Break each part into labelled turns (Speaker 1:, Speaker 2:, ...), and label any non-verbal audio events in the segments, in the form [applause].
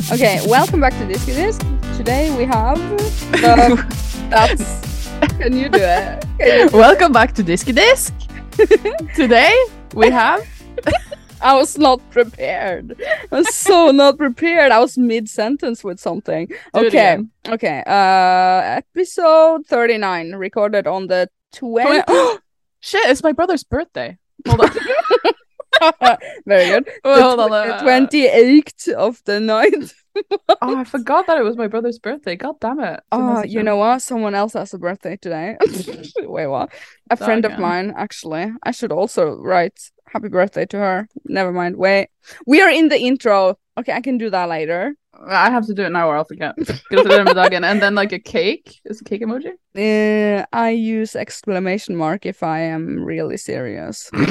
Speaker 1: [laughs]
Speaker 2: Okay, welcome back to This This. Today we have. The... That's. Can you do it? Can you...
Speaker 1: Welcome back to Disky Disc. [laughs] Today we have [laughs]
Speaker 2: I was not prepared. I was
Speaker 1: [laughs]
Speaker 2: so not prepared. I was mid sentence with something.
Speaker 1: it
Speaker 2: Okay,
Speaker 1: again.
Speaker 2: okay. Uh, episode thirty nine recorded on the twenty. [gasps]
Speaker 1: [gasps] shit. It's my brother's birthday. Hold on.
Speaker 2: Uh, Very
Speaker 1: [laughs]
Speaker 2: good.
Speaker 1: Hold on.
Speaker 2: the
Speaker 1: uh,
Speaker 2: twenty eighth of the ninth.
Speaker 1: Oh, I forgot that it was my brother's birthday. God damn it. It's a
Speaker 2: Oh,
Speaker 1: message
Speaker 2: you
Speaker 1: him.
Speaker 2: know what? Someone else has a birthday today. [laughs] Wait, what? A friend of
Speaker 1: Damn.
Speaker 2: mine, actually. I should also write happy birthday to her. Never mind. Wait. We are in the intro. Okay, I can do that later.
Speaker 1: I have to do it now or I'll forget. [laughs] Gratulerer med dagen. And then like a cake. Is a cake emoji? [laughs]
Speaker 2: Uh, I use exclamation mark if I am really serious. [laughs] you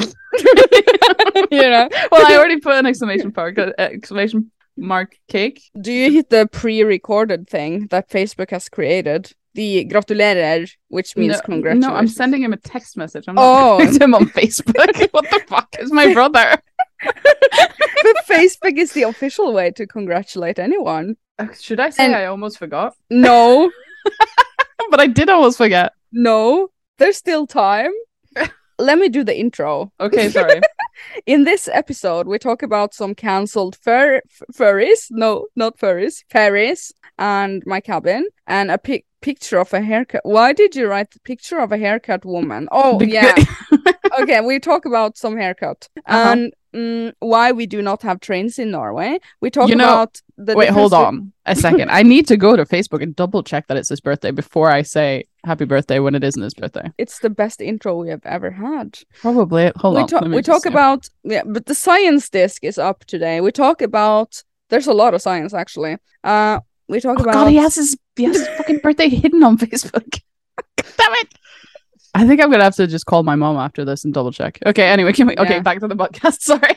Speaker 2: know?
Speaker 1: Well, I already put an exclamation mark. uh, Exclamation mark cake.
Speaker 2: Do you hit the pre-recorded thing that Facebook has created? The gratulerer, which means
Speaker 1: no,
Speaker 2: congratulations.
Speaker 1: No, I'm sending him a text message. I'm [laughs]
Speaker 2: Oh. [laughs]
Speaker 1: not sending him on [laughs] Facebook. what the fuck is my [laughs] brother?
Speaker 2: but Facebook is the official way to congratulate anyone.
Speaker 1: Uh, Should I say
Speaker 2: And-
Speaker 1: I almost forgot?
Speaker 2: No,
Speaker 1: But I did almost forget.
Speaker 2: no, there's still
Speaker 1: [laughs]
Speaker 2: time. Let me do the intro.
Speaker 1: Okay, sorry.
Speaker 2: In this episode, we talk about some cancelled fur f- furries. No, not furries, fairies, and my cabin, and a pic picture of a haircut. Why did you write the picture of a haircut woman? Oh,
Speaker 1: The- [laughs]
Speaker 2: yeah. okay, we talk about some haircut
Speaker 1: Uh-huh.
Speaker 2: and mm, why we do not have trains in Norway. We talk
Speaker 1: You know-
Speaker 2: about the
Speaker 1: Wait, hold
Speaker 2: difference
Speaker 1: on a second. I need to go to Facebook and double check that it's his birthday before I say happy birthday when it isn't his birthday.
Speaker 2: be- It's the best intro we have ever had.
Speaker 1: Probably. Hold
Speaker 2: we
Speaker 1: on.
Speaker 2: talk
Speaker 1: let me
Speaker 2: we
Speaker 1: just
Speaker 2: talk
Speaker 1: see.
Speaker 2: about yeah, but the science disc is up today. We talk about there's a lot of science actually. Uh, we talk
Speaker 1: Oh
Speaker 2: about
Speaker 1: God, he has his he has his fucking birthday hidden on Facebook. [laughs] God damn it. I think I'm gonna have to just call my mom after this and double check. Okay, anyway, can we okay
Speaker 2: Yeah.
Speaker 1: back to the podcast? [laughs] Sorry.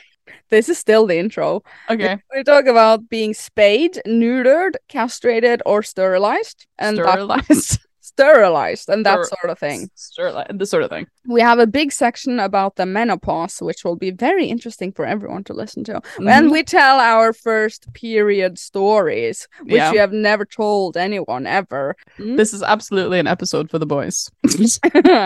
Speaker 2: this is still the intro.
Speaker 1: Okay.
Speaker 2: We talk about being spayed, neutered, castrated, or sterilized, and that,
Speaker 1: sterilized.
Speaker 2: sterilized, and that
Speaker 1: Steril-
Speaker 2: sort of thing.
Speaker 1: Sterilized. This sort of thing.
Speaker 2: We have a big section about the menopause, which will be very interesting for everyone to listen to.
Speaker 1: Mhm.
Speaker 2: And we tell our first period stories, which
Speaker 1: Yeah.
Speaker 2: we have never told anyone ever. [laughs]
Speaker 1: This is absolutely an episode for the [laughs] boys.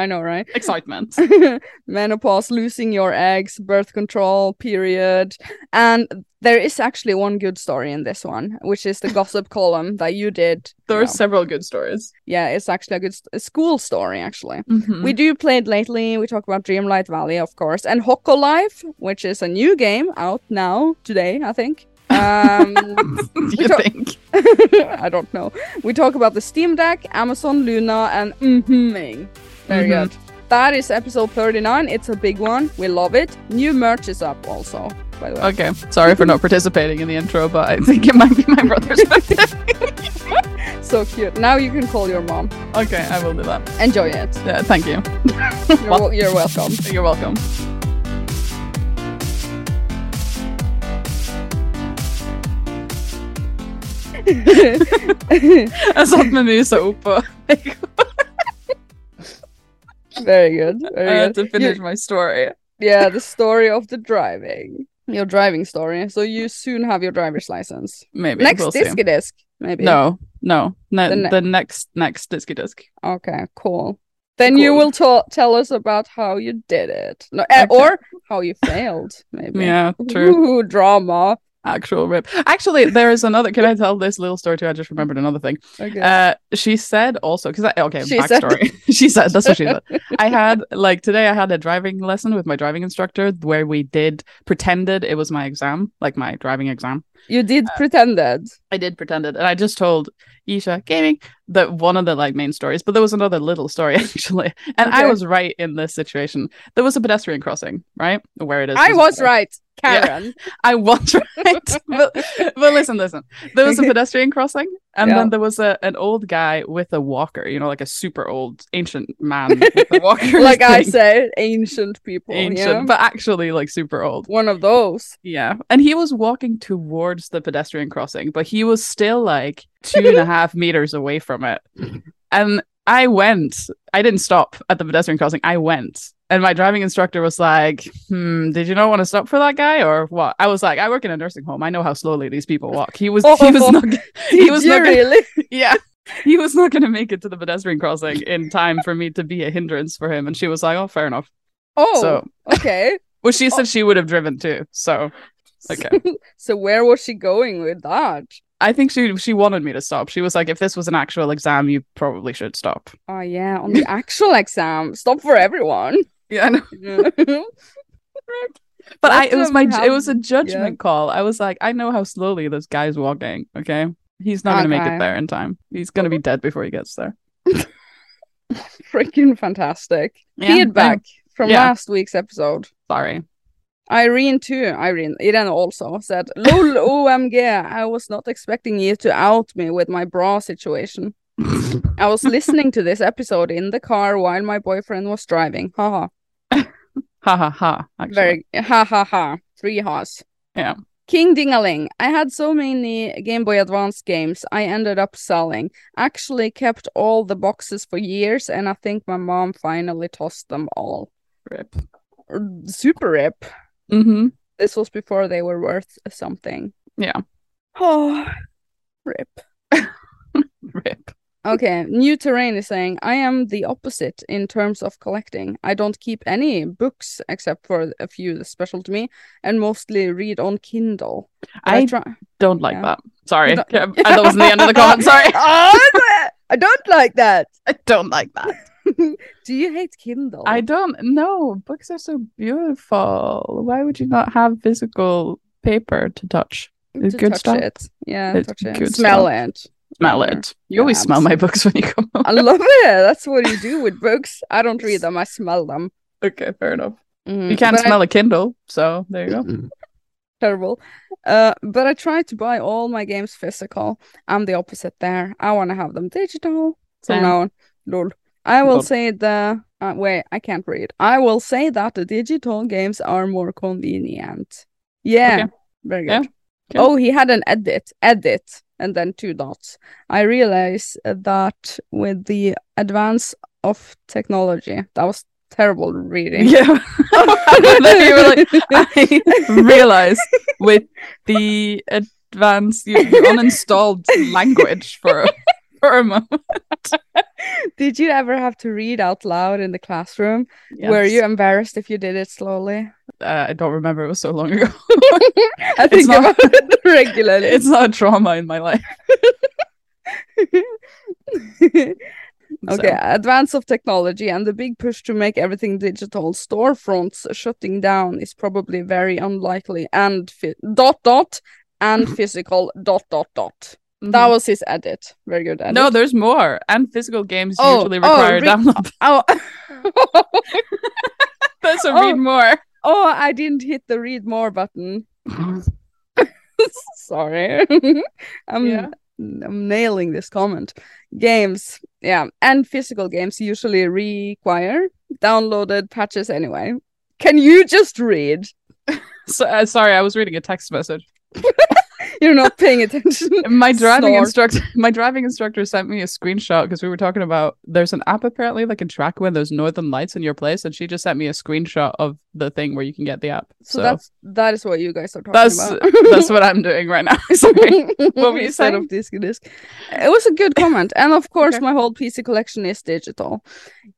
Speaker 2: I know, right?
Speaker 1: Excitement.
Speaker 2: [laughs] menopause, losing your eggs, birth control, period. And there is actually one good story in this one, which is the gossip column that you did.
Speaker 1: There
Speaker 2: No.
Speaker 1: are several good stories.
Speaker 2: Yeah, it's actually a good st- a school story, actually.
Speaker 1: [laughs] Mhm.
Speaker 2: We do play it lately. We talk about Dreamlight Valley, of course, and Hoko Life, which is a new game out now today, I think. Um,
Speaker 1: you
Speaker 2: talk-
Speaker 1: think?
Speaker 2: [laughs] I don't know. We talk about the Steam Deck, Amazon Luna, and mhming. Very
Speaker 1: Mhm.
Speaker 2: good. That is episode 39. It's a big one. We love it. New merch is up also, by the way.
Speaker 1: Okay. Sorry for not participating in the intro, but I think it might be my brother's [laughs] birthday.
Speaker 2: So cute. Now you can call your mom.
Speaker 1: okay, I will do that.
Speaker 2: Enjoy
Speaker 1: [laughs]
Speaker 2: it.
Speaker 1: Yeah, thank you.
Speaker 2: You're, wel- you're welcome. [laughs]
Speaker 1: You're welcome. [laughs] Jeg satt med musa opp og
Speaker 2: Very good. Very
Speaker 1: I
Speaker 2: good.
Speaker 1: had to finish my story.
Speaker 2: Yeah, the story of the driving. Your driving story. So you soon have your driver's license.
Speaker 1: Maybe.
Speaker 2: Next
Speaker 1: we'll see.
Speaker 2: disc disc, maybe.
Speaker 1: No, no. Ne-
Speaker 2: The
Speaker 1: the,
Speaker 2: ne-
Speaker 1: next, next disky disc.
Speaker 2: Okay, cool. Then you
Speaker 1: Cool.
Speaker 2: will ta- tell us about how you did it. No, eh,
Speaker 1: Okay.
Speaker 2: or how you failed,
Speaker 1: [laughs]
Speaker 2: maybe.
Speaker 1: Yeah, true.
Speaker 2: Ooh, drama.
Speaker 1: Actual rip. Actually, there is another. Can I tell this little story too? I just remembered another thing.
Speaker 2: Okay.
Speaker 1: Uh, she said also because I okay
Speaker 2: She said-
Speaker 1: backstory. [laughs] she said that's what she said. I had like today I had a driving lesson with my driving instructor where we did pretended it was my exam, like my driving exam.
Speaker 2: you did
Speaker 1: uh,
Speaker 2: pretended.
Speaker 1: I did pretend it, and I just told Isha Gaming that one of the like main stories, but there was another little story [laughs] actually, and I
Speaker 2: Okay.
Speaker 1: was right in this situation. There was a pedestrian crossing, right where it is.
Speaker 2: I
Speaker 1: is-
Speaker 2: was right,
Speaker 1: [laughs] Yeah.
Speaker 2: Karen.
Speaker 1: I was [laughs] right. but, but listen, listen. There
Speaker 2: [laughs]
Speaker 1: was a pedestrian crossing, and
Speaker 2: Yeah.
Speaker 1: then there was a an old guy with a walker. You know, like a super old, ancient
Speaker 2: [laughs]
Speaker 1: man with a walker. [laughs]
Speaker 2: like I
Speaker 1: thing.
Speaker 2: said, ancient people.
Speaker 1: ancient,
Speaker 2: yeah?
Speaker 1: but actually like super old.
Speaker 2: One of those.
Speaker 1: Yeah, and he was walking towards the pedestrian crossing, but he was still like two
Speaker 2: [laughs]
Speaker 1: and a half meters away from it. And I went. I didn't stop at the pedestrian crossing. I went. And my driving instructor was like, hmm, did you not want to stop for that guy or what? I was like, I work in a nursing home. I know how slowly these people walk. He was, he
Speaker 2: [laughs]
Speaker 1: was not, [laughs] he
Speaker 2: Did
Speaker 1: was
Speaker 2: you
Speaker 1: not gonna,
Speaker 2: really?
Speaker 1: yeah, he was not going to make it to the pedestrian crossing in time for me to be a hindrance for him. And she was like, oh, fair enough.
Speaker 2: Oh,
Speaker 1: [laughs] So,
Speaker 2: okay.
Speaker 1: well, she said she would have driven too. So, okay.
Speaker 2: So where was she going with that?
Speaker 1: I think she she wanted me to stop. She was like, if this was an actual exam, you probably should stop.
Speaker 2: Oh yeah, on
Speaker 1: [laughs]
Speaker 2: the actual exam. Stop for everyone.
Speaker 1: Yeah, I know. but I it was my it was a judgment call. I was like, I know how slowly this guy's walking. Okay, he's not gonna make
Speaker 2: Okay.
Speaker 1: it there in time. He's gonna be dead before he gets there.
Speaker 2: [laughs] Freaking fantastic.
Speaker 1: Yeah,
Speaker 2: Feedback from
Speaker 1: Yeah.
Speaker 2: last week's episode.
Speaker 1: I'm sorry. [laughs]
Speaker 2: Irene too, Irene, Irene also said,
Speaker 1: [laughs]
Speaker 2: Lol, OMG, I was not expecting you to out me with my bra situation. I was listening to this episode in the car while my boyfriend was driving. Haha.
Speaker 1: ha ha ha. Actually.
Speaker 2: Very, ha ha ha. Three ha's.
Speaker 1: Yeah.
Speaker 2: King Dingaling. I had so many Game Boy Advance games I ended up selling. Actually kept all the boxes for years and I think my mom finally tossed them all.
Speaker 1: Rip.
Speaker 2: Super rip.
Speaker 1: Mm-hmm.
Speaker 2: this was before they were worth something.
Speaker 1: Yeah.
Speaker 2: Oh, rip.
Speaker 1: Rip.
Speaker 2: Okay, New Terrain is saying, I am the opposite in terms of collecting. I don't keep any books except for a few that's special to me and mostly read on Kindle. But
Speaker 1: I [laughs]
Speaker 2: try-
Speaker 1: don't like
Speaker 2: Yeah.
Speaker 1: that. Sorry,
Speaker 2: You
Speaker 1: [laughs] I thought that was in the end
Speaker 2: [laughs]
Speaker 1: of the comment. Sorry,
Speaker 2: Ah, I don't like that.
Speaker 1: I don't like that.
Speaker 2: Do you hate Kindle?
Speaker 1: I don't know. Books are so beautiful. Why would you not have physical paper to touch? It's
Speaker 2: To
Speaker 1: good
Speaker 2: touch
Speaker 1: stuff.
Speaker 2: it. Yeah,
Speaker 1: It's
Speaker 2: touch it.
Speaker 1: good
Speaker 2: Smell it.
Speaker 1: Smell
Speaker 2: Yeah.
Speaker 1: it. You always
Speaker 2: Yeah,
Speaker 1: smell my books when you come home.
Speaker 2: I love it. That's what you do with books. I don't read them, I smell them.
Speaker 1: [laughs] Okay, fair enough. You
Speaker 2: Mm,
Speaker 1: can't
Speaker 2: but I-
Speaker 1: smell a Kindle, so there you go.
Speaker 2: terrible. Uh, but I try to buy all my games physical. I'm the opposite there. I want to have them digital. [laughs] So
Speaker 1: Same.
Speaker 2: now, on. lol. I will
Speaker 1: Lol.
Speaker 2: say the uh, wait. I can't read. I will say that the digital games are more convenient. Yeah,
Speaker 1: Okay.
Speaker 2: very
Speaker 1: Yeah.
Speaker 2: good.
Speaker 1: Okay.
Speaker 2: Oh, he had an edit, edit, and then two dots. I realize that with the advance of technology, that was terrible reading.
Speaker 1: [laughs] Yeah. Then you were like,
Speaker 2: [laughs]
Speaker 1: I realized with the advanced, you, you uninstalled language
Speaker 2: [laughs]
Speaker 1: for a, for a moment.
Speaker 2: Did you ever have to read out loud in the classroom? Were you embarrassed if you did it slowly? [laughs]
Speaker 1: Uh, I don't remember. It was so long ago. [laughs]
Speaker 2: I think
Speaker 1: not- [laughs]
Speaker 2: about it regularly.
Speaker 1: it's not a trauma in my life.
Speaker 2: [laughs] okay,
Speaker 1: so.
Speaker 2: advance of technology and the big push to make everything digital. Storefronts shutting down is probably very unlikely. And phy- dot dot
Speaker 1: [laughs]
Speaker 2: and physical dot dot dot. That
Speaker 1: Mhm.
Speaker 2: was his edit. Very good edit.
Speaker 1: No, there's more. And physical games
Speaker 2: Oh,
Speaker 1: usually
Speaker 2: oh,
Speaker 1: require
Speaker 2: re- [laughs]
Speaker 1: download.
Speaker 2: Oh,
Speaker 1: That's a
Speaker 2: oh.
Speaker 1: read more. [laughs]
Speaker 2: oh, I didn't hit the read more button. [laughs] Sorry. I'm
Speaker 1: Yeah.
Speaker 2: I'm nailing this comment. Games, yeah, and physical games usually require downloaded patches anyway. Can you just read?
Speaker 1: So, uh, sorry, I was reading a text message.
Speaker 2: You're not paying attention. [laughs]
Speaker 1: my driving
Speaker 2: Snort.
Speaker 1: instructor my driving instructor sent me a screenshot because we were talking about there's an app apparently that can track when there's northern lights in your place and she just sent me a screenshot of the thing where you can get the app
Speaker 2: So,
Speaker 1: so, that's
Speaker 2: that's that is what you guys are talking
Speaker 1: That's-
Speaker 2: about.
Speaker 1: that's what i'm doing right now [laughs] sorry were you
Speaker 2: Instead of disc disc. It was a
Speaker 1: [laughs]
Speaker 2: good comment. And of course,
Speaker 1: Okay.
Speaker 2: my whole PC collection is digital.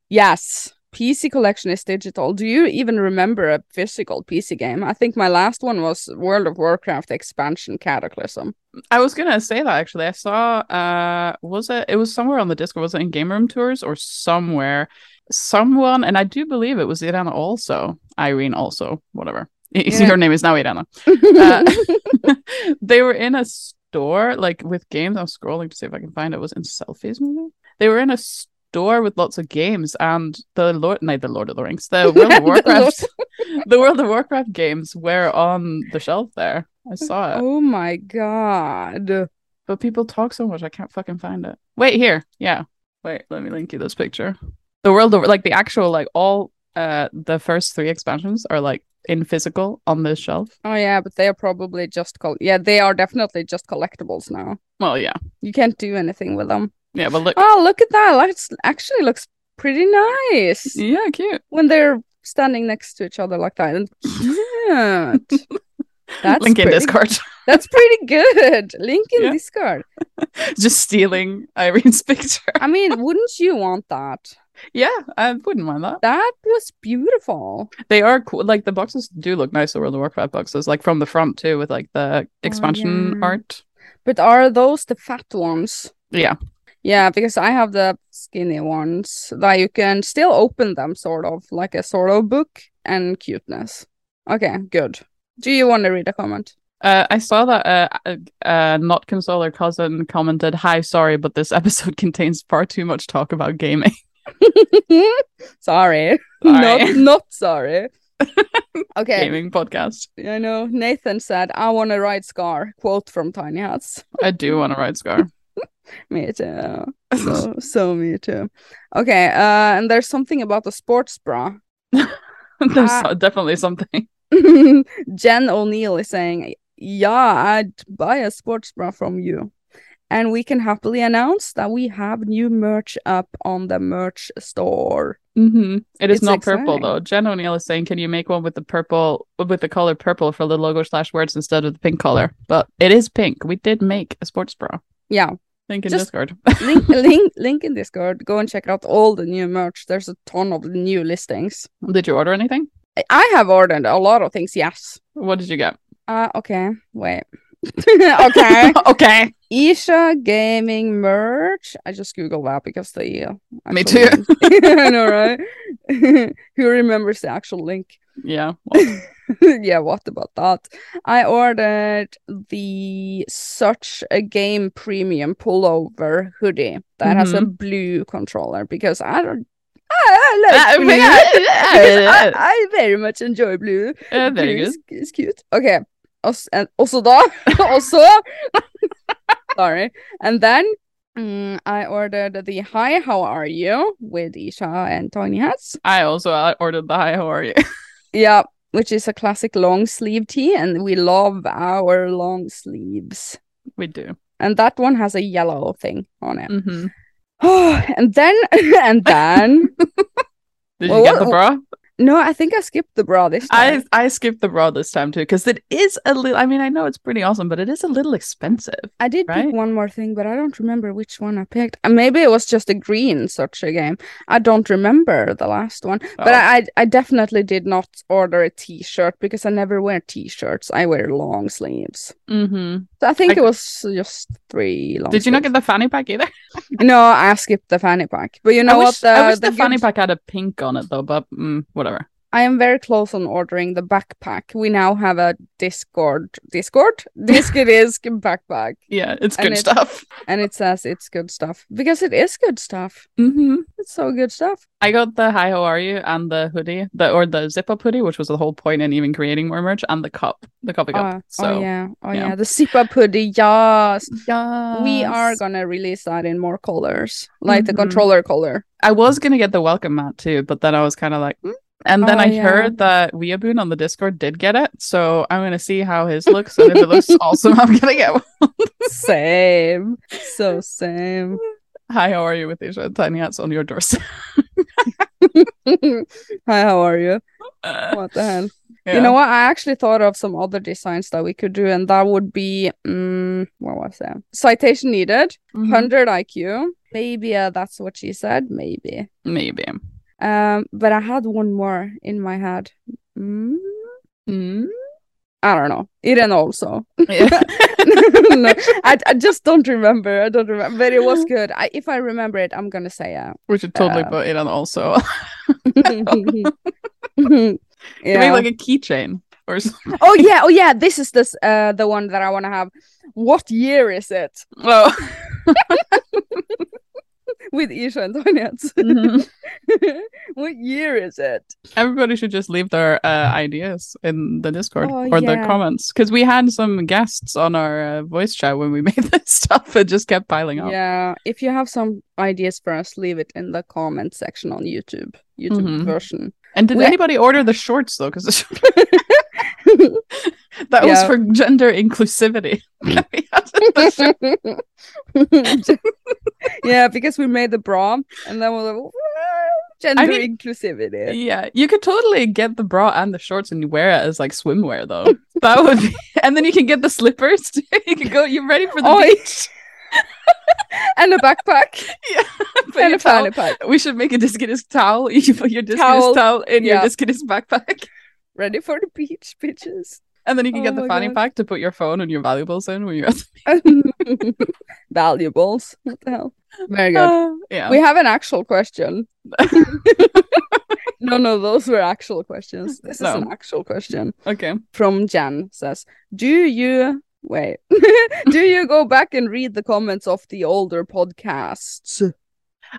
Speaker 2: Yes, PC collection is digital. Do you even remember a physical PC game? I think my last one was World of Warcraft expansion Cataclysm.
Speaker 1: [laughs] i was gonna say that actually i saw uh was it it was somewhere on the discord was it in game room tours or somewhere someone and i do believe it was irana also irene also whatever [laughs] you see
Speaker 2: Yeah.
Speaker 1: her name is now irana Uh, [laughs] they were in a store like with games. I'm scrolling to see if I can find it. Was it in selfies maybe? They were in a store with lots of games and the Lord, no, the Lord of the Rings, [laughs] the World
Speaker 2: The
Speaker 1: of Warcraft, the World of Warcraft games were on the shelf there. I saw it,
Speaker 2: oh my god.
Speaker 1: but people talk so much I can't fucking find it. Wait here, yeah. Wait, let me link you this picture. The World of like the actual like all uh the first three expansions are like in physical on this shelf.
Speaker 2: Oh yeah, but they are probably just col- yeah, they are definitely just collectibles now.
Speaker 1: Well, yeah,
Speaker 2: You can't do anything with them.
Speaker 1: yeah, but look,
Speaker 2: Oh, look at that. That actually looks pretty nice.
Speaker 1: yeah, cute.
Speaker 2: When they're standing next to each other like that. And
Speaker 1: [laughs]
Speaker 2: cute. That's
Speaker 1: Link in
Speaker 2: pretty,
Speaker 1: Discord.
Speaker 2: [laughs] That's pretty good. Link in
Speaker 1: Yeah.
Speaker 2: Discord.
Speaker 1: [laughs] Just stealing Irene's [laughs] picture.
Speaker 2: I mean, wouldn't you want that?
Speaker 1: Yeah, I wouldn't mind that.
Speaker 2: That was beautiful.
Speaker 1: They are cool. Like the boxes do look nice, the World of Warcraft boxes, like from the front too, with like the expansion
Speaker 2: yeah.
Speaker 1: art.
Speaker 2: But are those the fat ones?
Speaker 1: Yeah.
Speaker 2: Yeah, because I have the skinny ones that you can still open them, sort of like a sort of book and cuteness. Okay, good. Do you want to read a comment? [laughs]
Speaker 1: Uh, I saw that uh, uh, uh, not consoler cousin commented, "Hi, sorry, but this [laughs] episode contains far too much talk
Speaker 2: [laughs]
Speaker 1: about gaming."
Speaker 2: sorry, [laughs]
Speaker 1: Sorry.
Speaker 2: not not
Speaker 1: [laughs]
Speaker 2: sorry. okay,
Speaker 1: gaming podcast.
Speaker 2: I know Nathan said I want to ride Scar. Quote from Tiny Hats.
Speaker 1: I do want to ride [laughs] Scar.
Speaker 2: Me too. So so me too. Okay, uh, and there's something about the sports bra. [laughs]
Speaker 1: There's
Speaker 2: Ah.
Speaker 1: so- [laughs] definitely something.
Speaker 2: Jen O'Neill is saying, Yeah, I'd buy a sports bra from you. And we can happily announce that we have new merch up on the merch store.
Speaker 1: hmm It is
Speaker 2: It's
Speaker 1: not purple
Speaker 2: exciting.
Speaker 1: though. Jen O'Neill is saying, "Can you make one with the purple, with the color purple for the logo slash words instead of the pink color?" But it is pink. We did make a sports bra.
Speaker 2: Yeah.
Speaker 1: Think in
Speaker 2: Just-
Speaker 1: Discord. [laughs]
Speaker 2: Link link link in Discord. Go and check out all the new merch. There's a ton of new listings.
Speaker 1: did you order anything?
Speaker 2: I- I have ordered a lot of things, yes.
Speaker 1: What did you get?
Speaker 2: Uh okay, wait. [laughs] okay.
Speaker 1: [laughs] okay.
Speaker 2: Isha Gaming merch. I just googled that because the uh,
Speaker 1: Me
Speaker 2: actual link- [laughs] I know, right? [laughs] Who remembers the actual link? [laughs]
Speaker 1: Yeah. well, [laughs]
Speaker 2: yeah, what about that? I ordered the Such a Game Premium pullover hoodie that has a blue controller because I don't. I, I like blue.
Speaker 1: [laughs]
Speaker 2: Because [laughs] I, I very much enjoy blue.
Speaker 1: Uh, [laughs] very
Speaker 2: Blue
Speaker 1: good.
Speaker 2: is- is cute. Okay. Os- and also da. [laughs] also. Sorry. And then mm, I ordered the Hi, how are you? with Isha and Tiny Hats.
Speaker 1: I also uh, ordered the hi. How are you?
Speaker 2: Yeah. Which is a classic long sleeve tee. And we love our long sleeves.
Speaker 1: [laughs] we do.
Speaker 2: And that one has a yellow thing on it. [sighs]
Speaker 1: hmm
Speaker 2: and then, [laughs] and
Speaker 1: [laughs]
Speaker 2: then,
Speaker 1: Did
Speaker 2: Well,
Speaker 1: you get the
Speaker 2: what-
Speaker 1: bra?
Speaker 2: no, I think I skipped the bra this time.
Speaker 1: I I skipped the bra this time too because it is a little. I mean, I know it's pretty awesome, but it is a little expensive.
Speaker 2: I did
Speaker 1: right?
Speaker 2: pick one more thing, but I don't remember which one I picked. Uh, Maybe it was just a green such a game. I don't remember the last one, but
Speaker 1: Oh.
Speaker 2: I, I I definitely did not order a t-shirt because I never wear t-shirts. I wear long sleeves.
Speaker 1: hmm
Speaker 2: So I think
Speaker 1: I-
Speaker 2: it was just three long.
Speaker 1: Did you not get the fanny pack either?
Speaker 2: the? No, I skipped the fanny pack. But you know
Speaker 1: I wish,
Speaker 2: what? The,
Speaker 1: I wish the,
Speaker 2: the
Speaker 1: fanny
Speaker 2: good-
Speaker 1: pack had a pink on it though, but mm, whatever.
Speaker 2: I am very close on ordering the backpack. We now have a Discord,
Speaker 1: [laughs]
Speaker 2: Discord, Disc it is backpack,
Speaker 1: Yeah, it's
Speaker 2: And
Speaker 1: good
Speaker 2: it-
Speaker 1: [laughs] stuff.
Speaker 2: and it says it's good stuff because it is good stuff.
Speaker 1: hmm
Speaker 2: It's so good stuff.
Speaker 1: I got the hi. How are you? and the hoodie, the or the zip up hoodie, which was the whole point in even creating more merch, and the cup, the coffee cup.
Speaker 2: Oh,
Speaker 1: so
Speaker 2: oh yeah, oh
Speaker 1: yeah.
Speaker 2: yeah, the Sipa hoodie, yes.
Speaker 1: yeah,
Speaker 2: We are gonna release that in more colors, like the
Speaker 1: Mhm.
Speaker 2: controller color.
Speaker 1: I was gonna get the welcome mat too, but then I was kind of like, "Mm." and then
Speaker 2: Oh,
Speaker 1: I
Speaker 2: yeah.
Speaker 1: heard that Weaboon on the Discord did get it, so I'm gonna see how his looks, and if it
Speaker 2: [laughs]
Speaker 1: looks awesome, I'm gonna get one.
Speaker 2: same, so same. [laughs]
Speaker 1: Hi, how are you with Asia? Tiny hats on your doorstep.
Speaker 2: Hi, how are [laughs] you?
Speaker 1: [laughs] Uh,
Speaker 2: What the hell?
Speaker 1: yeah.
Speaker 2: You know what? I actually thought of some other designs that we could do, and that would be, mm, what was that? Citation needed,
Speaker 1: Mhm.
Speaker 2: hundred IQ. Maybe uh, that's what she said. Maybe.
Speaker 1: maybe.
Speaker 2: Um, but I had one more in my head. Mm, Hmm?
Speaker 1: Mm.
Speaker 2: I don't know. Irene also. [laughs]
Speaker 1: Yeah.
Speaker 2: no, I, I just don't remember. I don't remember, but it was good. I, if I remember it, I'm gonna say yeah. [laughs]
Speaker 1: we should totally
Speaker 2: Uh,
Speaker 1: put it on also. [laughs]
Speaker 2: yeah.
Speaker 1: Maybe like a keychain
Speaker 2: [laughs]
Speaker 1: or something.
Speaker 2: oh yeah, oh yeah. This is this uh the one that I want to have. What year is it
Speaker 1: Oh.
Speaker 2: with Isha and Donets?
Speaker 1: Mhm.
Speaker 2: [laughs] what year is it?
Speaker 1: [laughs] Everybody should just leave their uh, ideas in the Discord
Speaker 2: Oh,
Speaker 1: or their
Speaker 2: yeah.
Speaker 1: comments because we had some guests on our uh, voice chat when we [laughs] made this stuff. It just kept piling up.
Speaker 2: Yeah. If you have some ideas for us, leave it in the comment section on YouTube. YouTube
Speaker 1: Mhm.
Speaker 2: version. [laughs]
Speaker 1: And did
Speaker 2: We-
Speaker 1: anybody order the shorts though? Because [laughs] that was
Speaker 2: Yeah.
Speaker 1: for
Speaker 2: [laughs]
Speaker 1: gender inclusivity. We had the shorts.
Speaker 2: yeah, because we made the bra, and then we're like, "Well, Gender
Speaker 1: I mean-
Speaker 2: inclusivity.
Speaker 1: [laughs] Yeah, you could totally get the bra and the shorts and wear it as like swimwear though. That would be, [laughs] and then you can get the slippers. too. [laughs] you can go. You're ready for the [laughs]
Speaker 2: Oh,
Speaker 1: beach.
Speaker 2: and a backpack
Speaker 1: Put
Speaker 2: and
Speaker 1: your
Speaker 2: a fanny
Speaker 1: towel-
Speaker 2: pack.
Speaker 1: We should make a discus towel. [laughs] You put your discus towel,
Speaker 2: Towel.
Speaker 1: in
Speaker 2: Yeah.
Speaker 1: your discus backpack, [laughs]
Speaker 2: Ready for the beach, bitches.
Speaker 1: and then you can
Speaker 2: Oh
Speaker 1: get the
Speaker 2: my
Speaker 1: fanny
Speaker 2: God. Oh
Speaker 1: pack to put your phone and your valuables in when you're. At
Speaker 2: Valuables. What the hell? Very
Speaker 1: the
Speaker 2: good.
Speaker 1: [laughs] yeah.
Speaker 2: We have an actual
Speaker 1: [laughs]
Speaker 2: question. no, no, those were actual
Speaker 1: [laughs]
Speaker 2: questions. This is
Speaker 1: No.
Speaker 2: an actual question
Speaker 1: okay.
Speaker 2: from Jan says, Do you [laughs]
Speaker 1: [laughs]
Speaker 2: wait? Do you go back and read the comments of the older podcasts?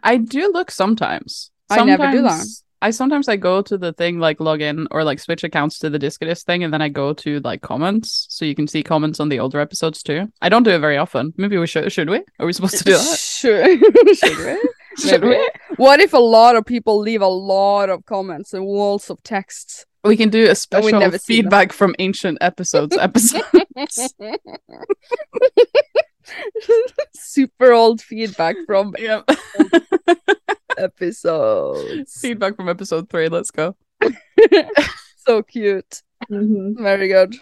Speaker 1: I do look sometimes.
Speaker 2: I never do that.
Speaker 1: Sometimes- I sometimes I go to the thing like log in or like switch accounts to the Discordist thing, and then I go to like comments, so you can see comments on the older episodes too. I don't do it very often. Maybe we should. Should we? Are we supposed to do that?
Speaker 2: Sure. [laughs] Should we?
Speaker 1: should
Speaker 2: Maybe.
Speaker 1: we?
Speaker 2: What if a lot of people leave a lot of comments and walls of texts?
Speaker 1: [laughs]
Speaker 2: [laughs]
Speaker 1: We can do a
Speaker 2: never
Speaker 1: special
Speaker 2: see them.
Speaker 1: feedback from ancient
Speaker 2: [laughs]
Speaker 1: episodes episode.
Speaker 2: Super old feedback from
Speaker 1: [laughs] yeah,
Speaker 2: episodes.
Speaker 1: feedback from episode three.
Speaker 2: [clears throat]
Speaker 1: Let's go.
Speaker 2: so cute. Very good.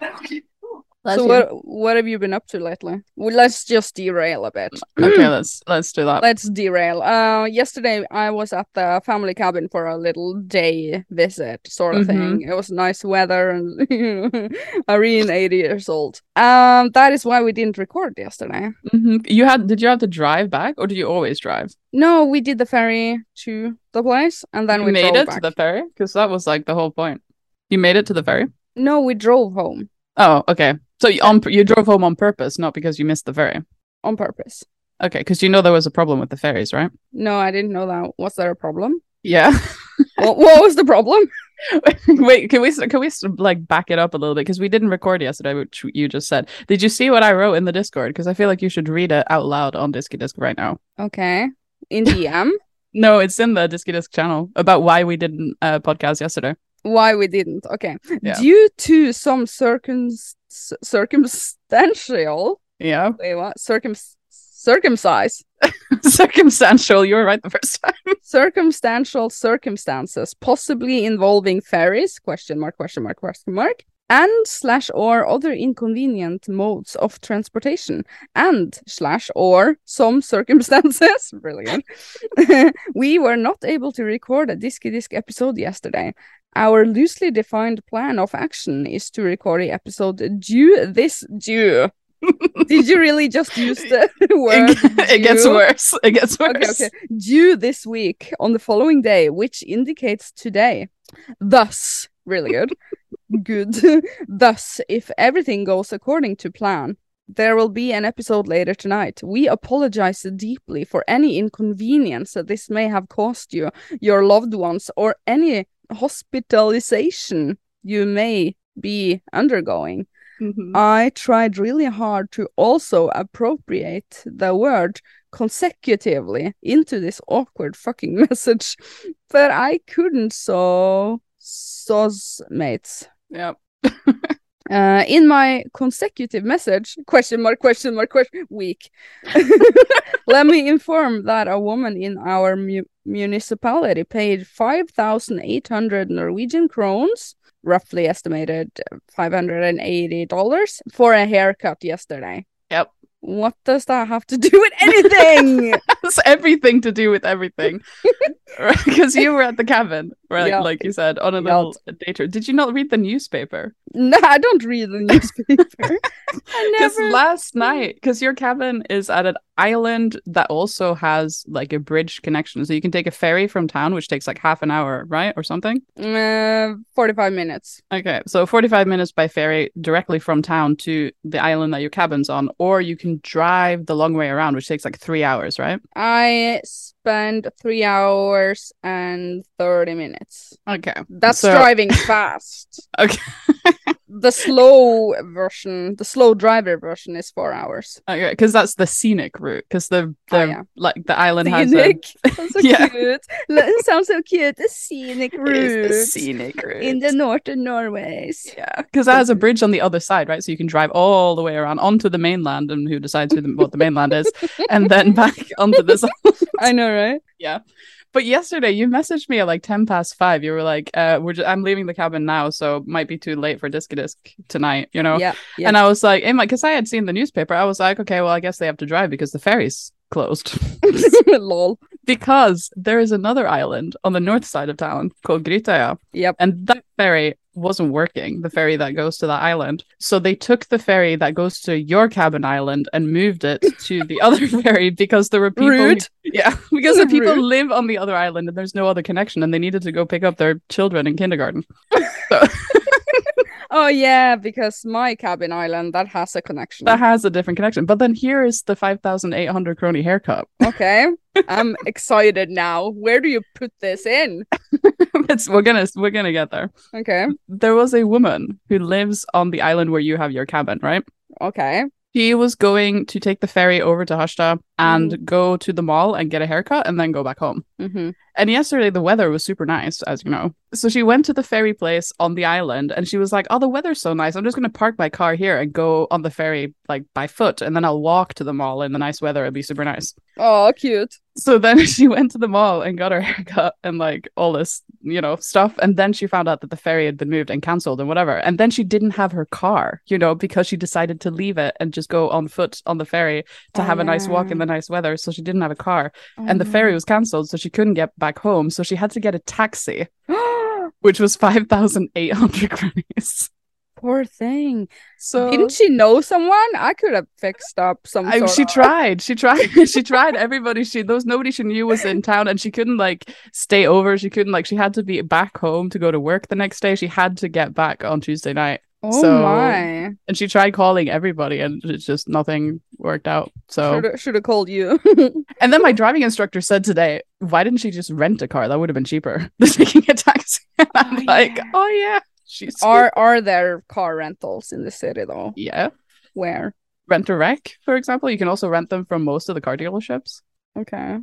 Speaker 2: so what what have you been up to lately? Well, let's just derail a bit.
Speaker 1: Okay, let's let's do that.
Speaker 2: let's derail. Uh, yesterday I was at the family cabin for a little day visit, sort of thing. It was nice weather, and [laughs] you know, Irene, eighty years old. Um, that is why we didn't record yesterday.
Speaker 1: hmm You had? Did you have to drive back, or do you always drive?
Speaker 2: No, we did the ferry to the place, and then
Speaker 1: You
Speaker 2: we
Speaker 1: made
Speaker 2: drove
Speaker 1: it
Speaker 2: back.
Speaker 1: to the ferry because that was like the whole point. You made it to the ferry.
Speaker 2: No, we drove home
Speaker 1: Oh, okay. So you on you drove home on purpose, not because you missed the ferry.
Speaker 2: on purpose.
Speaker 1: Okay, because you know there was a problem with the ferries, right?
Speaker 2: No, I didn't know that. Was there a problem? [laughs]
Speaker 1: Yeah.
Speaker 2: what, what was the problem?
Speaker 1: Wait, can we s- can we s- like back it up a little bit because we didn't record yesterday, which you just said. Did you see what I wrote in the Discord? Because I feel like you should read it out loud on Disky Disc right now.
Speaker 2: Okay, in
Speaker 1: [laughs]
Speaker 2: DM,
Speaker 1: No, it's in the Disky Disc channel about why we didn't uh, podcast yesterday.
Speaker 2: why we didn't? Okay,
Speaker 1: Yeah.
Speaker 2: due to some circum circumstantial
Speaker 1: Yeah,
Speaker 2: wait what circum circumcise
Speaker 1: [laughs] circumstantial. You were right the first time.
Speaker 2: circumstantial circumstances possibly involving ferries question mark question mark question mark and slash or other inconvenient modes of transportation and slash or some circumstances [laughs] brilliant we were not able to record a disky disc episode yesterday our loosely defined plan of action is to record the episode due this due [laughs] did you really just use the [laughs] word
Speaker 1: It, ge- [laughs] it gets
Speaker 2: due?
Speaker 1: worse. It gets worse.
Speaker 2: Okay, okay. Due this week on the following day, which indicates today. Thus, really good. good. Thus, if everything goes according to plan, there will be an episode later tonight. We apologize deeply for any inconvenience that this may have caused you, your loved ones, or any hospitalization you may be undergoing.
Speaker 1: Mhm.
Speaker 2: I tried really hard to also appropriate the word consecutively into this awkward fucking [laughs] message, but I couldn't. So, soz mates.
Speaker 1: Yeah.
Speaker 2: Uh, in my consecutive message, question mark, question mark, question week. [laughs] Let me inform that a woman in our mu- municipality paid 5,800 Norwegian krones, roughly estimated uh, $580, for a haircut yesterday.
Speaker 1: Yep.
Speaker 2: What does that have to do with anything? [laughs]
Speaker 1: It's everything to do with everything. Because you were at the cabin, right?
Speaker 2: Yeah.
Speaker 1: Like you said, on a
Speaker 2: Yeah.
Speaker 1: little day trip. Did you not read the newspaper?
Speaker 2: no, I don't read the newspaper. [laughs]
Speaker 1: [laughs]
Speaker 2: I
Speaker 1: Because
Speaker 2: never.
Speaker 1: last night, because your cabin is at an island that also has like a bridge connection. So you can take a ferry from town, which takes like half an hour, right? Or something.
Speaker 2: Uh, 45 minutes.
Speaker 1: Okay. So 45 minutes by ferry directly from town to the island that your cabin's on. Or you can drive the long way around, which takes like three hours, right?
Speaker 2: I spent three hours and 30 minutes.
Speaker 1: Okay.
Speaker 2: That's
Speaker 1: So-
Speaker 2: driving fast.
Speaker 1: [laughs] Okay.
Speaker 2: the slow version, the slow driver version is four hours.
Speaker 1: Okay. Because that's the scenic route. Because the, the
Speaker 2: Oh, yeah.
Speaker 1: like the island has a
Speaker 2: Scenic. Sounds so
Speaker 1: [laughs] Yeah.
Speaker 2: cute. Lo- It sounds so cute. The scenic route
Speaker 1: scenic route.
Speaker 2: in the northern Norways.
Speaker 1: yeah, because that has a bridge on the other side, right? So you can drive all the [laughs] way around onto the mainland, and who decides who the, what the mainland is, and then back onto this.
Speaker 2: I know, [laughs] right?
Speaker 1: But yesterday you messaged me at like 10 past five. You were like, uh, we're just, I'm leaving the cabin now, so it might be too late for Disco Disc tonight, you know?
Speaker 2: Yeah. yeah.
Speaker 1: And I was like, and because I had seen the newspaper, I was like, okay, well, I guess they have to drive because the ferry's closed. [laughs]
Speaker 2: [laughs] Lol.
Speaker 1: because there is another island on the north side of town called Gritaya.
Speaker 2: Yep.
Speaker 1: And that ferry wasn't working, the ferry that goes to that island. So they took the ferry that goes to your cabin island and moved it to
Speaker 2: [laughs]
Speaker 1: the other ferry because there were people. who-
Speaker 2: Rude.
Speaker 1: [laughs] Yeah, because the people
Speaker 2: Rude.
Speaker 1: live on the other island and there's no other connection and they needed to go pick up their children in kindergarten. So
Speaker 2: Oh yeah, because my cabin island that has a connection.
Speaker 1: that has a different connection. But then here is the 5,800 crony haircut. [laughs]
Speaker 2: okay. I'm excited now. Where do you put this in?
Speaker 1: it's, we're going to we're going to get there.
Speaker 2: Okay.
Speaker 1: There was a woman who lives on the island where you have your cabin, right?
Speaker 2: Okay.
Speaker 1: She was going to take the ferry over to Hashta and go to the mall and get a haircut and then go back home.
Speaker 2: Mm-hmm.
Speaker 1: And yesterday the weather was super nice, as you know. So she went to the ferry place on the island and she was like, Oh, the weather's so nice. I'm just gonna park my car here and go on the ferry like by foot and then I'll walk to the mall in the nice weather, it'd be super nice.
Speaker 2: Oh, cute.
Speaker 1: So then [laughs] she went to the mall and got her haircut and like all this, you know, stuff. And then she found out that the ferry had been moved and cancelled and whatever. And then she didn't have her car, you know, because she decided to leave it and just go on foot on the ferry to
Speaker 2: Oh,
Speaker 1: have a nice walk in
Speaker 2: yeah.
Speaker 1: the nice weather. So she didn't have a car
Speaker 2: Oh,
Speaker 1: and the
Speaker 2: no.
Speaker 1: ferry was cancelled, so she couldn't get back home. So she had to get a taxi, which was five thousand eight hundred [laughs] cronies.
Speaker 2: [gasps] Poor thing.
Speaker 1: So
Speaker 2: Didn't she know someone? I could have fixed up some
Speaker 1: I-
Speaker 2: sort
Speaker 1: she
Speaker 2: of-
Speaker 1: tried.
Speaker 2: [laughs]
Speaker 1: She tried. [laughs] she tried. Everybody. She there was nobody she knew was in town, and she couldn't like stay over. She couldn't like. She had to be back home to go to work the next day. She had to get back on Tuesday night,
Speaker 2: Oh
Speaker 1: so-
Speaker 2: my.
Speaker 1: and she tried calling everybody, and it's just nothing worked out. So
Speaker 2: Should have called
Speaker 1: [laughs]
Speaker 2: you.
Speaker 1: and then my driving instructor said today, why didn't she just rent a car? That would have been cheaper [laughs] than taking a taxi. [laughs] And I'm
Speaker 2: Oh,
Speaker 1: like,
Speaker 2: yeah.
Speaker 1: oh yeah, she's
Speaker 2: are are there car rentals in the city though?
Speaker 1: yeah.
Speaker 2: Where?
Speaker 1: Rent a wreck, for example. You can also rent them from most of the car dealerships.
Speaker 2: Okay.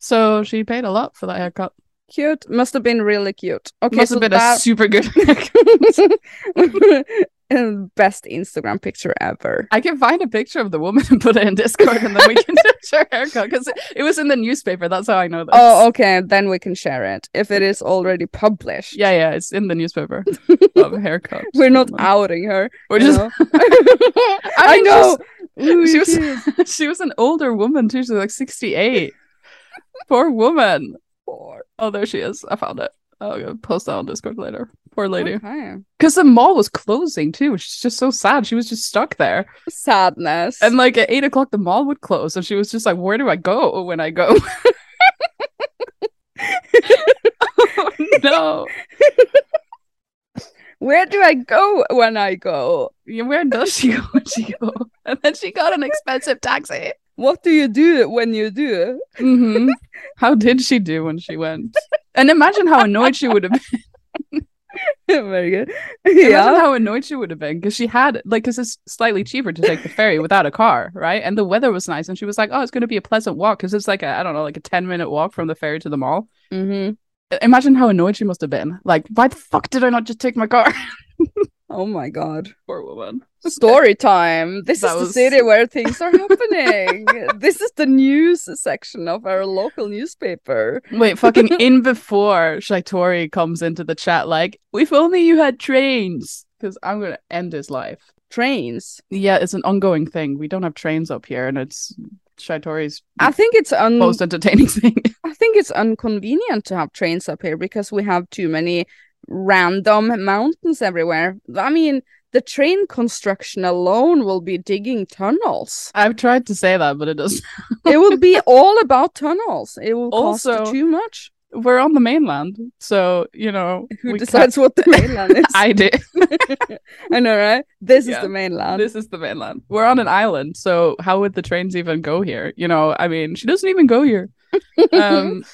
Speaker 1: So she paid a lot for that haircut.
Speaker 2: Cute. Must have been really cute. Okay.
Speaker 1: Must
Speaker 2: so
Speaker 1: have been a
Speaker 2: that-
Speaker 1: super good haircut.
Speaker 2: [laughs] Best Instagram picture ever.
Speaker 1: I can find a picture of the woman [laughs] and put it in Discord, and then
Speaker 2: [laughs]
Speaker 1: we can judge her haircut because it was in the newspaper. That's how I know this.
Speaker 2: Oh, okay. Then we can share it if it is already published.
Speaker 1: yeah, yeah, it's in
Speaker 2: [laughs]
Speaker 1: the newspaper. of haircut.
Speaker 2: We're not outing her.
Speaker 1: We're
Speaker 2: you
Speaker 1: just.
Speaker 2: know?
Speaker 1: [laughs] I
Speaker 2: I
Speaker 1: mean,
Speaker 2: know. Ooh,
Speaker 1: she was-
Speaker 2: cute.
Speaker 1: [laughs] she was an older woman too. She was like 68. Poor woman.
Speaker 2: Poor-
Speaker 1: Oh, there she is. I found it. I'll go post that on Discord later. Poor lady.
Speaker 2: Okay.
Speaker 1: Because the mall was closing too, which is just so sad. She was just stuck there.
Speaker 2: Sadness.
Speaker 1: And like at eight o'clock, the mall would close. And she was just like, where do I go when I go? [laughs] oh, no.
Speaker 2: Where do I go when I go?
Speaker 1: Yeah, Where does she go when she go? And then she got an expensive taxi.
Speaker 2: What do you do when you do? [laughs]
Speaker 1: hmm How did she do when she went? And imagine how annoyed she would have
Speaker 2: Very good.
Speaker 1: Imagine
Speaker 2: Yeah.
Speaker 1: how annoyed she would have been because she had like because it's slightly cheaper to take the ferry without a car, right? And the weather was nice, and she was like, "Oh, it's going to be a pleasant walk because it's like a I don't know, like a ten minute walk from the ferry to the mall."
Speaker 2: Mm-hmm.
Speaker 1: I- Imagine how annoyed she must have been. Like, why the fuck did I not just take my car? [laughs]
Speaker 2: Oh my god.
Speaker 1: Poor woman.
Speaker 2: Story time. This is
Speaker 1: That
Speaker 2: the
Speaker 1: was-
Speaker 2: city where things are
Speaker 1: [laughs]
Speaker 2: happening. this is the news section of our local newspaper.
Speaker 1: Wait, [laughs] fucking in before Shaitori comes into the chat, like, "If only you had trains," because I'm gonna end his life.
Speaker 2: Trains.
Speaker 1: Yeah, it's an ongoing thing. We don't have trains up here, and it's Shaitori's
Speaker 2: I think it's un-
Speaker 1: most entertaining [laughs] thing.
Speaker 2: I think it's inconvenient to have trains up here because we have too many random mountains everywhere. I mean, the train construction alone will be digging tunnels.
Speaker 1: I've tried to say that, but it doesn't.
Speaker 2: It will
Speaker 1: [laughs]
Speaker 2: be all about tunnels. It will cost
Speaker 1: Also-
Speaker 2: too much.
Speaker 1: we're on the mainland, so you know
Speaker 2: Who
Speaker 1: we
Speaker 2: decides what
Speaker 1: [laughs]
Speaker 2: the mainland is?
Speaker 1: can't- I did.
Speaker 2: I know, right? This
Speaker 1: Yeah.
Speaker 2: is the mainland.
Speaker 1: [laughs] this is the mainland. We're on an island, so how would the trains even go here? You know, I mean, she doesn't even go [laughs] here. Um,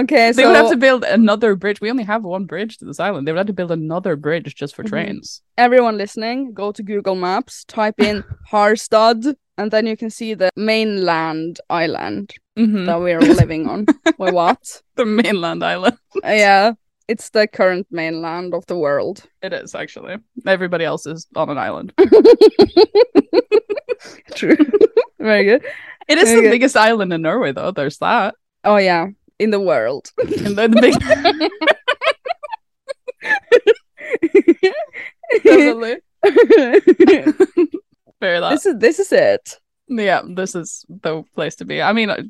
Speaker 2: okay,
Speaker 1: they
Speaker 2: so
Speaker 1: would have to build another bridge. We only have one bridge to this island. They would have to build another bridge just for
Speaker 2: Mhm.
Speaker 1: trains.
Speaker 2: everyone listening, go to Google Maps, type
Speaker 1: [laughs]
Speaker 2: in Harstad, and then you can see the mainland island
Speaker 1: Mhm.
Speaker 2: that
Speaker 1: [laughs]
Speaker 2: we are living on. Wait, what?
Speaker 1: The mainland island. [laughs]
Speaker 2: yeah, it's the current mainland of the
Speaker 1: [laughs]
Speaker 2: world.
Speaker 1: It is actually. Everybody else is on an island.
Speaker 2: True. [laughs] Very good.
Speaker 1: [laughs] It is the
Speaker 2: Okay.
Speaker 1: biggest island in Norway, though. There's that. [laughs]
Speaker 2: Oh yeah, in the world.
Speaker 1: And then the
Speaker 2: [laughs]
Speaker 1: big Definitely.
Speaker 2: this
Speaker 1: [laughs] Fair enough.
Speaker 2: is [laughs] this is it.
Speaker 1: Yeah, this is the place to be. I mean, uh,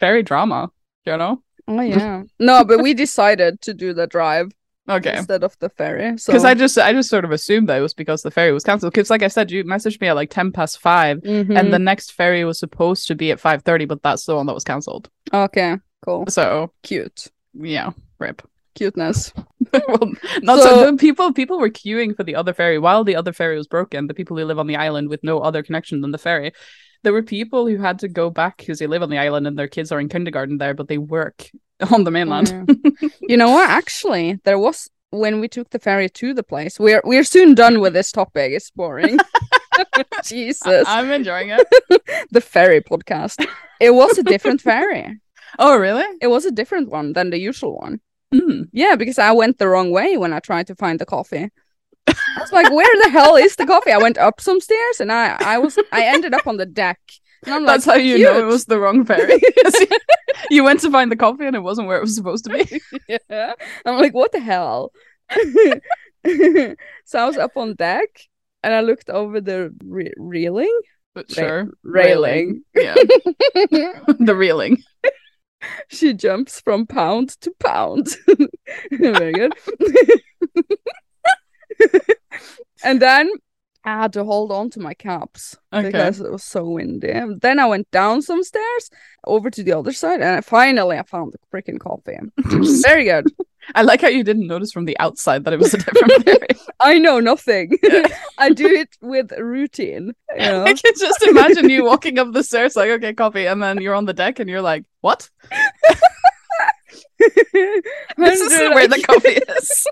Speaker 1: very drama, you know?
Speaker 2: Oh
Speaker 1: [laughs]
Speaker 2: yeah. no, but we decided to do the drive
Speaker 1: Okay.
Speaker 2: instead of the ferry. So
Speaker 1: Because I just I just sort of assumed that it was because the ferry was cancelled. Because like I said, you messaged me at like ten past 5
Speaker 2: Mm-hmm.
Speaker 1: and the next ferry was supposed to be at five thirty, but that's the one that was cancelled.
Speaker 2: okay, cool,
Speaker 1: So
Speaker 2: cute,
Speaker 1: yeah, [laughs] rip.
Speaker 2: cuteness.
Speaker 1: well, [laughs] not so,
Speaker 2: So-
Speaker 1: good. people people were queuing for the other ferry while the other ferry was broken. The people who live on the island with no other connection than the ferry, there were people who had to go back because they live on the island and their kids are in kindergarten there, but they work [laughs] on the mainland.
Speaker 2: Yeah. you know what? Actually, there was when we took the ferry to the place. We're we're soon done with this topic. It's
Speaker 1: [laughs]
Speaker 2: boring. [laughs] [laughs] Jesus,
Speaker 1: I- I'm
Speaker 2: [laughs]
Speaker 1: enjoying it.
Speaker 2: the ferry podcast. It was a different ferry.
Speaker 1: oh, really?
Speaker 2: It was a different one than the usual one.
Speaker 1: Hmm.
Speaker 2: Yeah, because I went the wrong way when I tried to find the coffee. I was like, "Where the hell is the coffee?" I went up some stairs and I I was I ended up on the deck. And I'm
Speaker 1: That's
Speaker 2: like,
Speaker 1: how you know it
Speaker 2: "Cute."
Speaker 1: was the
Speaker 2: [laughs]
Speaker 1: wrong ferry. [laughs] you went to find the coffee and it wasn't where it was supposed to
Speaker 2: [laughs]
Speaker 1: be.
Speaker 2: yeah. I'm like, what the hell? [laughs] so I was up on deck and I looked over the re- reeling,
Speaker 1: But
Speaker 2: Ra-
Speaker 1: sure.
Speaker 2: railing. [laughs]
Speaker 1: Yeah. [laughs] the reeling.
Speaker 2: she jumps from pound to pound. [laughs] Very good. [laughs] and then I had to hold on to my caps
Speaker 1: Okay.
Speaker 2: because it was so windy. And then I went down some stairs over to the other side and I- finally I found the freaking
Speaker 1: [laughs]
Speaker 2: coffee. Very good.
Speaker 1: I like how you didn't notice from the outside that it was
Speaker 2: [laughs]
Speaker 1: a different ferry.
Speaker 2: I know
Speaker 1: [laughs]
Speaker 2: nothing.
Speaker 1: Yeah.
Speaker 2: I do it with routine. You know?
Speaker 1: [laughs] I can just imagine you walking up the stairs like, okay, coffee, and then you're on the deck and you're like, what? This isn't where the coffee [laughs] is.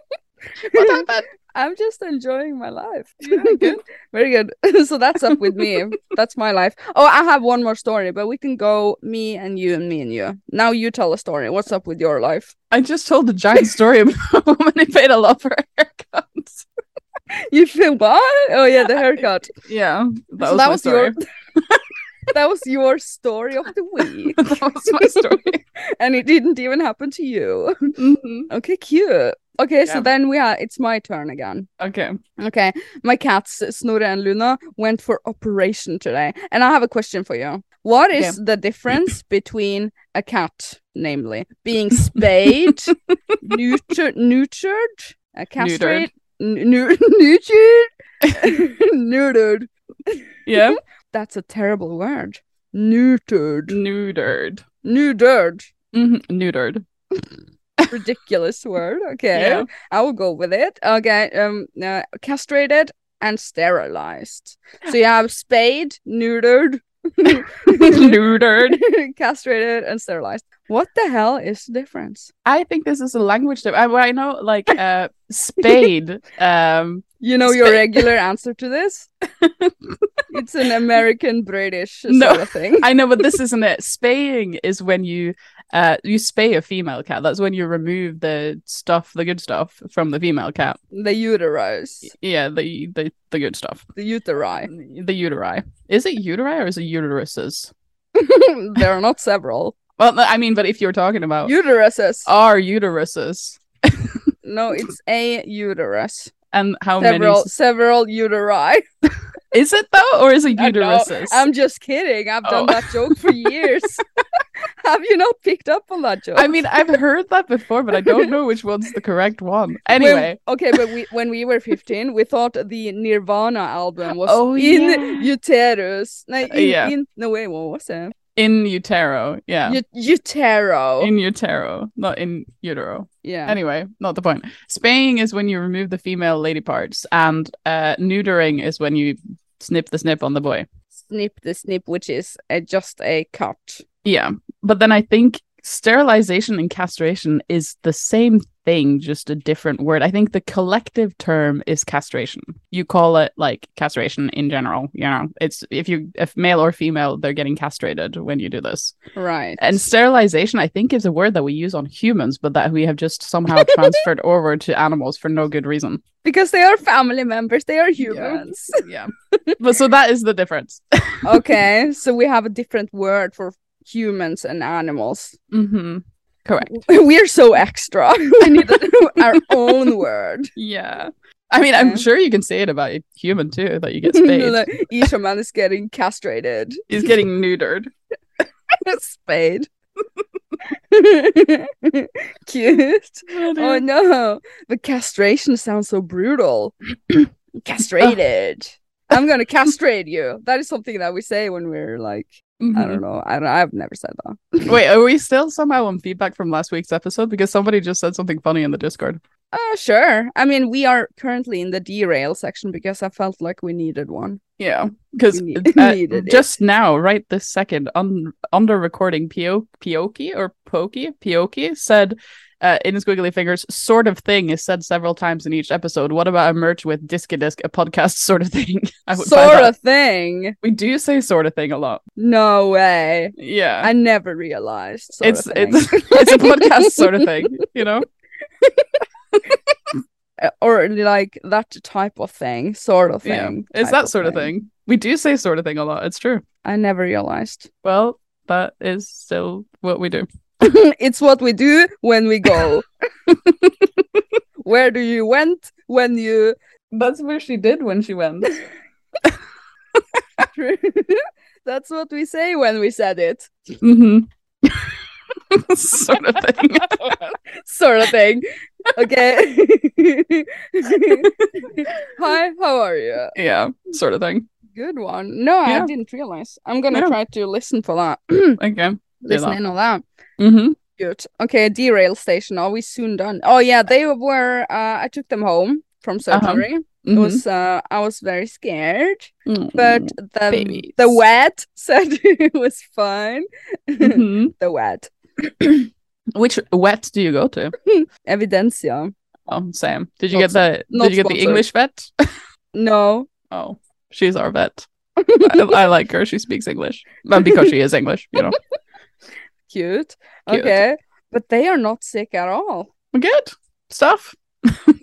Speaker 1: what happened?
Speaker 2: [laughs] I'm just enjoying my life.
Speaker 1: [laughs] Yeah, good.
Speaker 2: Very good. [laughs] so that's up with me. That's my life. Oh, I have one more story, but we can go me and you and me and you. Now you tell a story. What's up with your life? [laughs]
Speaker 1: I just told a giant story about [laughs] a woman who paid a lot for her haircut.
Speaker 2: You feel what? Oh yeah, the haircut.
Speaker 1: Yeah, that
Speaker 2: So
Speaker 1: was my story.
Speaker 2: your That was your story of the week.
Speaker 1: [laughs] that was my [laughs] story.
Speaker 2: And it didn't even happen to you. [laughs]
Speaker 1: Mhm.
Speaker 2: Okay, cute. Okay, so
Speaker 1: Yeah.
Speaker 2: then we are it's my turn again.
Speaker 1: Okay.
Speaker 2: Okay, my cats Snorre and Luna went for operation today, and I have a question for you. What
Speaker 1: Okay.
Speaker 2: is the
Speaker 1: [clears throat]
Speaker 2: difference between a cat, namely being
Speaker 1: [laughs]
Speaker 2: spayed, neuter- neutered, uh, castrated, n- nu- [laughs] neutered, [laughs] neutered?
Speaker 1: Yeah.
Speaker 2: [laughs] That's a terrible word. Neutered,
Speaker 1: Neutered.
Speaker 2: neutered,
Speaker 1: hmm [laughs] Neutered.
Speaker 2: ridiculous word. Okay,
Speaker 1: Yeah.
Speaker 2: I will go with it. Okay, um, uh, castrated and sterilized. So you have spayed, neutered, [laughs]
Speaker 1: Neutered.
Speaker 2: castrated, and sterilized. What the hell is the difference?
Speaker 1: I think this is a language that I, well, I know, like, uh, spade. Um,
Speaker 2: You know your
Speaker 1: Spay-
Speaker 2: regular answer to
Speaker 1: [laughs]
Speaker 2: this. it's an American British
Speaker 1: No.
Speaker 2: sort of thing.
Speaker 1: I know, but this isn't it. Spaying is when you uh you spay a female cat. That's when you remove the stuff, the good stuff from the female cat.
Speaker 2: The uterus,
Speaker 1: Yeah, the the, the good stuff.
Speaker 2: the
Speaker 1: [laughs]
Speaker 2: uteri.
Speaker 1: The uteri. Is it uteri or is it uteruses?
Speaker 2: there are not several
Speaker 1: Well, no, I mean, but if you're talking about
Speaker 2: uteruses.
Speaker 1: are uteruses
Speaker 2: No, it's a uterus.
Speaker 1: and how many
Speaker 2: Several, several uteri.
Speaker 1: is it though, or is it
Speaker 2: I know.
Speaker 1: uteruses?
Speaker 2: [laughs] I'm just kidding. I've
Speaker 1: Oh.
Speaker 2: done that joke for years. [laughs] Have you not picked up on that joke?
Speaker 1: [laughs] I mean, I've heard that before, but I don't know which one's the correct one.
Speaker 2: When-
Speaker 1: Anyway,
Speaker 2: okay, but we when we were 15, we thought the Nirvana album was
Speaker 1: Oh,
Speaker 2: in
Speaker 1: yeah. Uh,
Speaker 2: uterus. No, in,
Speaker 1: yeah.
Speaker 2: in- no wait, what was it?
Speaker 1: in utero, yeah,
Speaker 2: U- utero.
Speaker 1: in utero, not in utero.
Speaker 2: yeah.
Speaker 1: Anyway, not the point. Spaying is when you remove the female lady parts, and uh, neutering is when you snip the snip on the boy.
Speaker 2: snip the snip, which is uh, just a cut.
Speaker 1: Yeah. But then I think sterilization and castration is the same thing, just a different word. I think the collective term is castration. You call it like castration in general. You know, it's if you if male or female, they're getting castrated when you do this.
Speaker 2: Right.
Speaker 1: And sterilization, I think, is a word that we use on humans, but that we have just somehow transferred over to animals for no good reason.
Speaker 2: because they are family members, they are humans. [laughs]
Speaker 1: Yeah. but so that is the difference.
Speaker 2: okay, so we have a different word for humans and animals. Mm-hmm.
Speaker 1: hmm Correct.
Speaker 2: [laughs] We're so extra. [laughs] we need our own word.
Speaker 1: Yeah. I mean, I'm
Speaker 2: Yeah.
Speaker 1: sure you can say it about a human too, that you
Speaker 2: [laughs]
Speaker 1: get spayed.
Speaker 2: like, each man is getting [laughs] castrated.
Speaker 1: He's getting neutered.
Speaker 2: Spade. [laughs] [laughs] Cute. [laughs] Oh no. But castration sounds so [clears throat] brutal. castrated. I'm gonna castrate you. That is something that we say when we're like, I don't know. I don't, I've never said that.
Speaker 1: Mm-hmm. Wait, are we still somehow on feedback from last week's episode? Because somebody just said something funny in the Discord.
Speaker 2: Uh, sure. I mean, we are currently in the derail section because I felt like we needed one.
Speaker 1: Yeah, because uh,
Speaker 2: We ne- needed it.
Speaker 1: just now, right this second, un- under recording, Pio- Pioki or Pokey Pioki said uh, in squiggly fingers, "Sort of thing" is said several times in each episode. What about a merch with disc a disc, a podcast sort of thing? [laughs] I would find
Speaker 2: Sort
Speaker 1: that-
Speaker 2: of thing.
Speaker 1: We do say sort of thing a lot.
Speaker 2: No way.
Speaker 1: Yeah,
Speaker 2: I never realized. Sort
Speaker 1: it's
Speaker 2: of thing.
Speaker 1: it's [laughs] it's a podcast
Speaker 2: [laughs]
Speaker 1: sort of thing. You know.
Speaker 2: Uh, [laughs] or like that type of thing, sort of
Speaker 1: Yeah,
Speaker 2: thing.
Speaker 1: it's
Speaker 2: type
Speaker 1: that sort of thing. We do say sort of thing a lot. It's true.
Speaker 2: I never realized. [laughs]
Speaker 1: Well, that is still what we do.
Speaker 2: it's what we do when we go. [laughs] Where do you went when you [laughs]
Speaker 1: That's where she did when she [laughs] went.
Speaker 2: That's what we say when we said it.
Speaker 1: hmm [laughs] sort of thing. [laughs]
Speaker 2: Sort of thing. Okay. [laughs] Hi, how are you?
Speaker 1: Yeah, sort of thing.
Speaker 2: Good one. No,
Speaker 1: Yeah.
Speaker 2: I didn't realize. I'm gonna
Speaker 1: Yeah.
Speaker 2: try to listen for that. [clears throat]
Speaker 1: Okay.
Speaker 2: listen
Speaker 1: that.
Speaker 2: in on that.
Speaker 1: Mm-hmm.
Speaker 2: Good. Okay, derail station. Are we soon done? Oh yeah, they were. Uh, I took them home from
Speaker 1: Uh-huh.
Speaker 2: surgery. It was. Uh, I was very scared, but um, the
Speaker 1: Mm-hmm. Mm. babies.
Speaker 2: the
Speaker 1: [laughs]
Speaker 2: [laughs] vet said it was fine.
Speaker 1: Mm-hmm.
Speaker 2: [laughs] the vet
Speaker 1: Which wet do you go to?
Speaker 2: evidencia.
Speaker 1: Oh, Sam. Did you
Speaker 2: Not
Speaker 1: get the
Speaker 2: not
Speaker 1: Did you get the
Speaker 2: sponsored.
Speaker 1: English vet? [laughs]
Speaker 2: No,
Speaker 1: Oh, she's our vet. I, I like her. She speaks English, but because she is English, you know.
Speaker 2: [laughs] cute.
Speaker 1: Cute.
Speaker 2: Okay, but they are not sick at
Speaker 1: [laughs]
Speaker 2: all.
Speaker 1: Good stuff.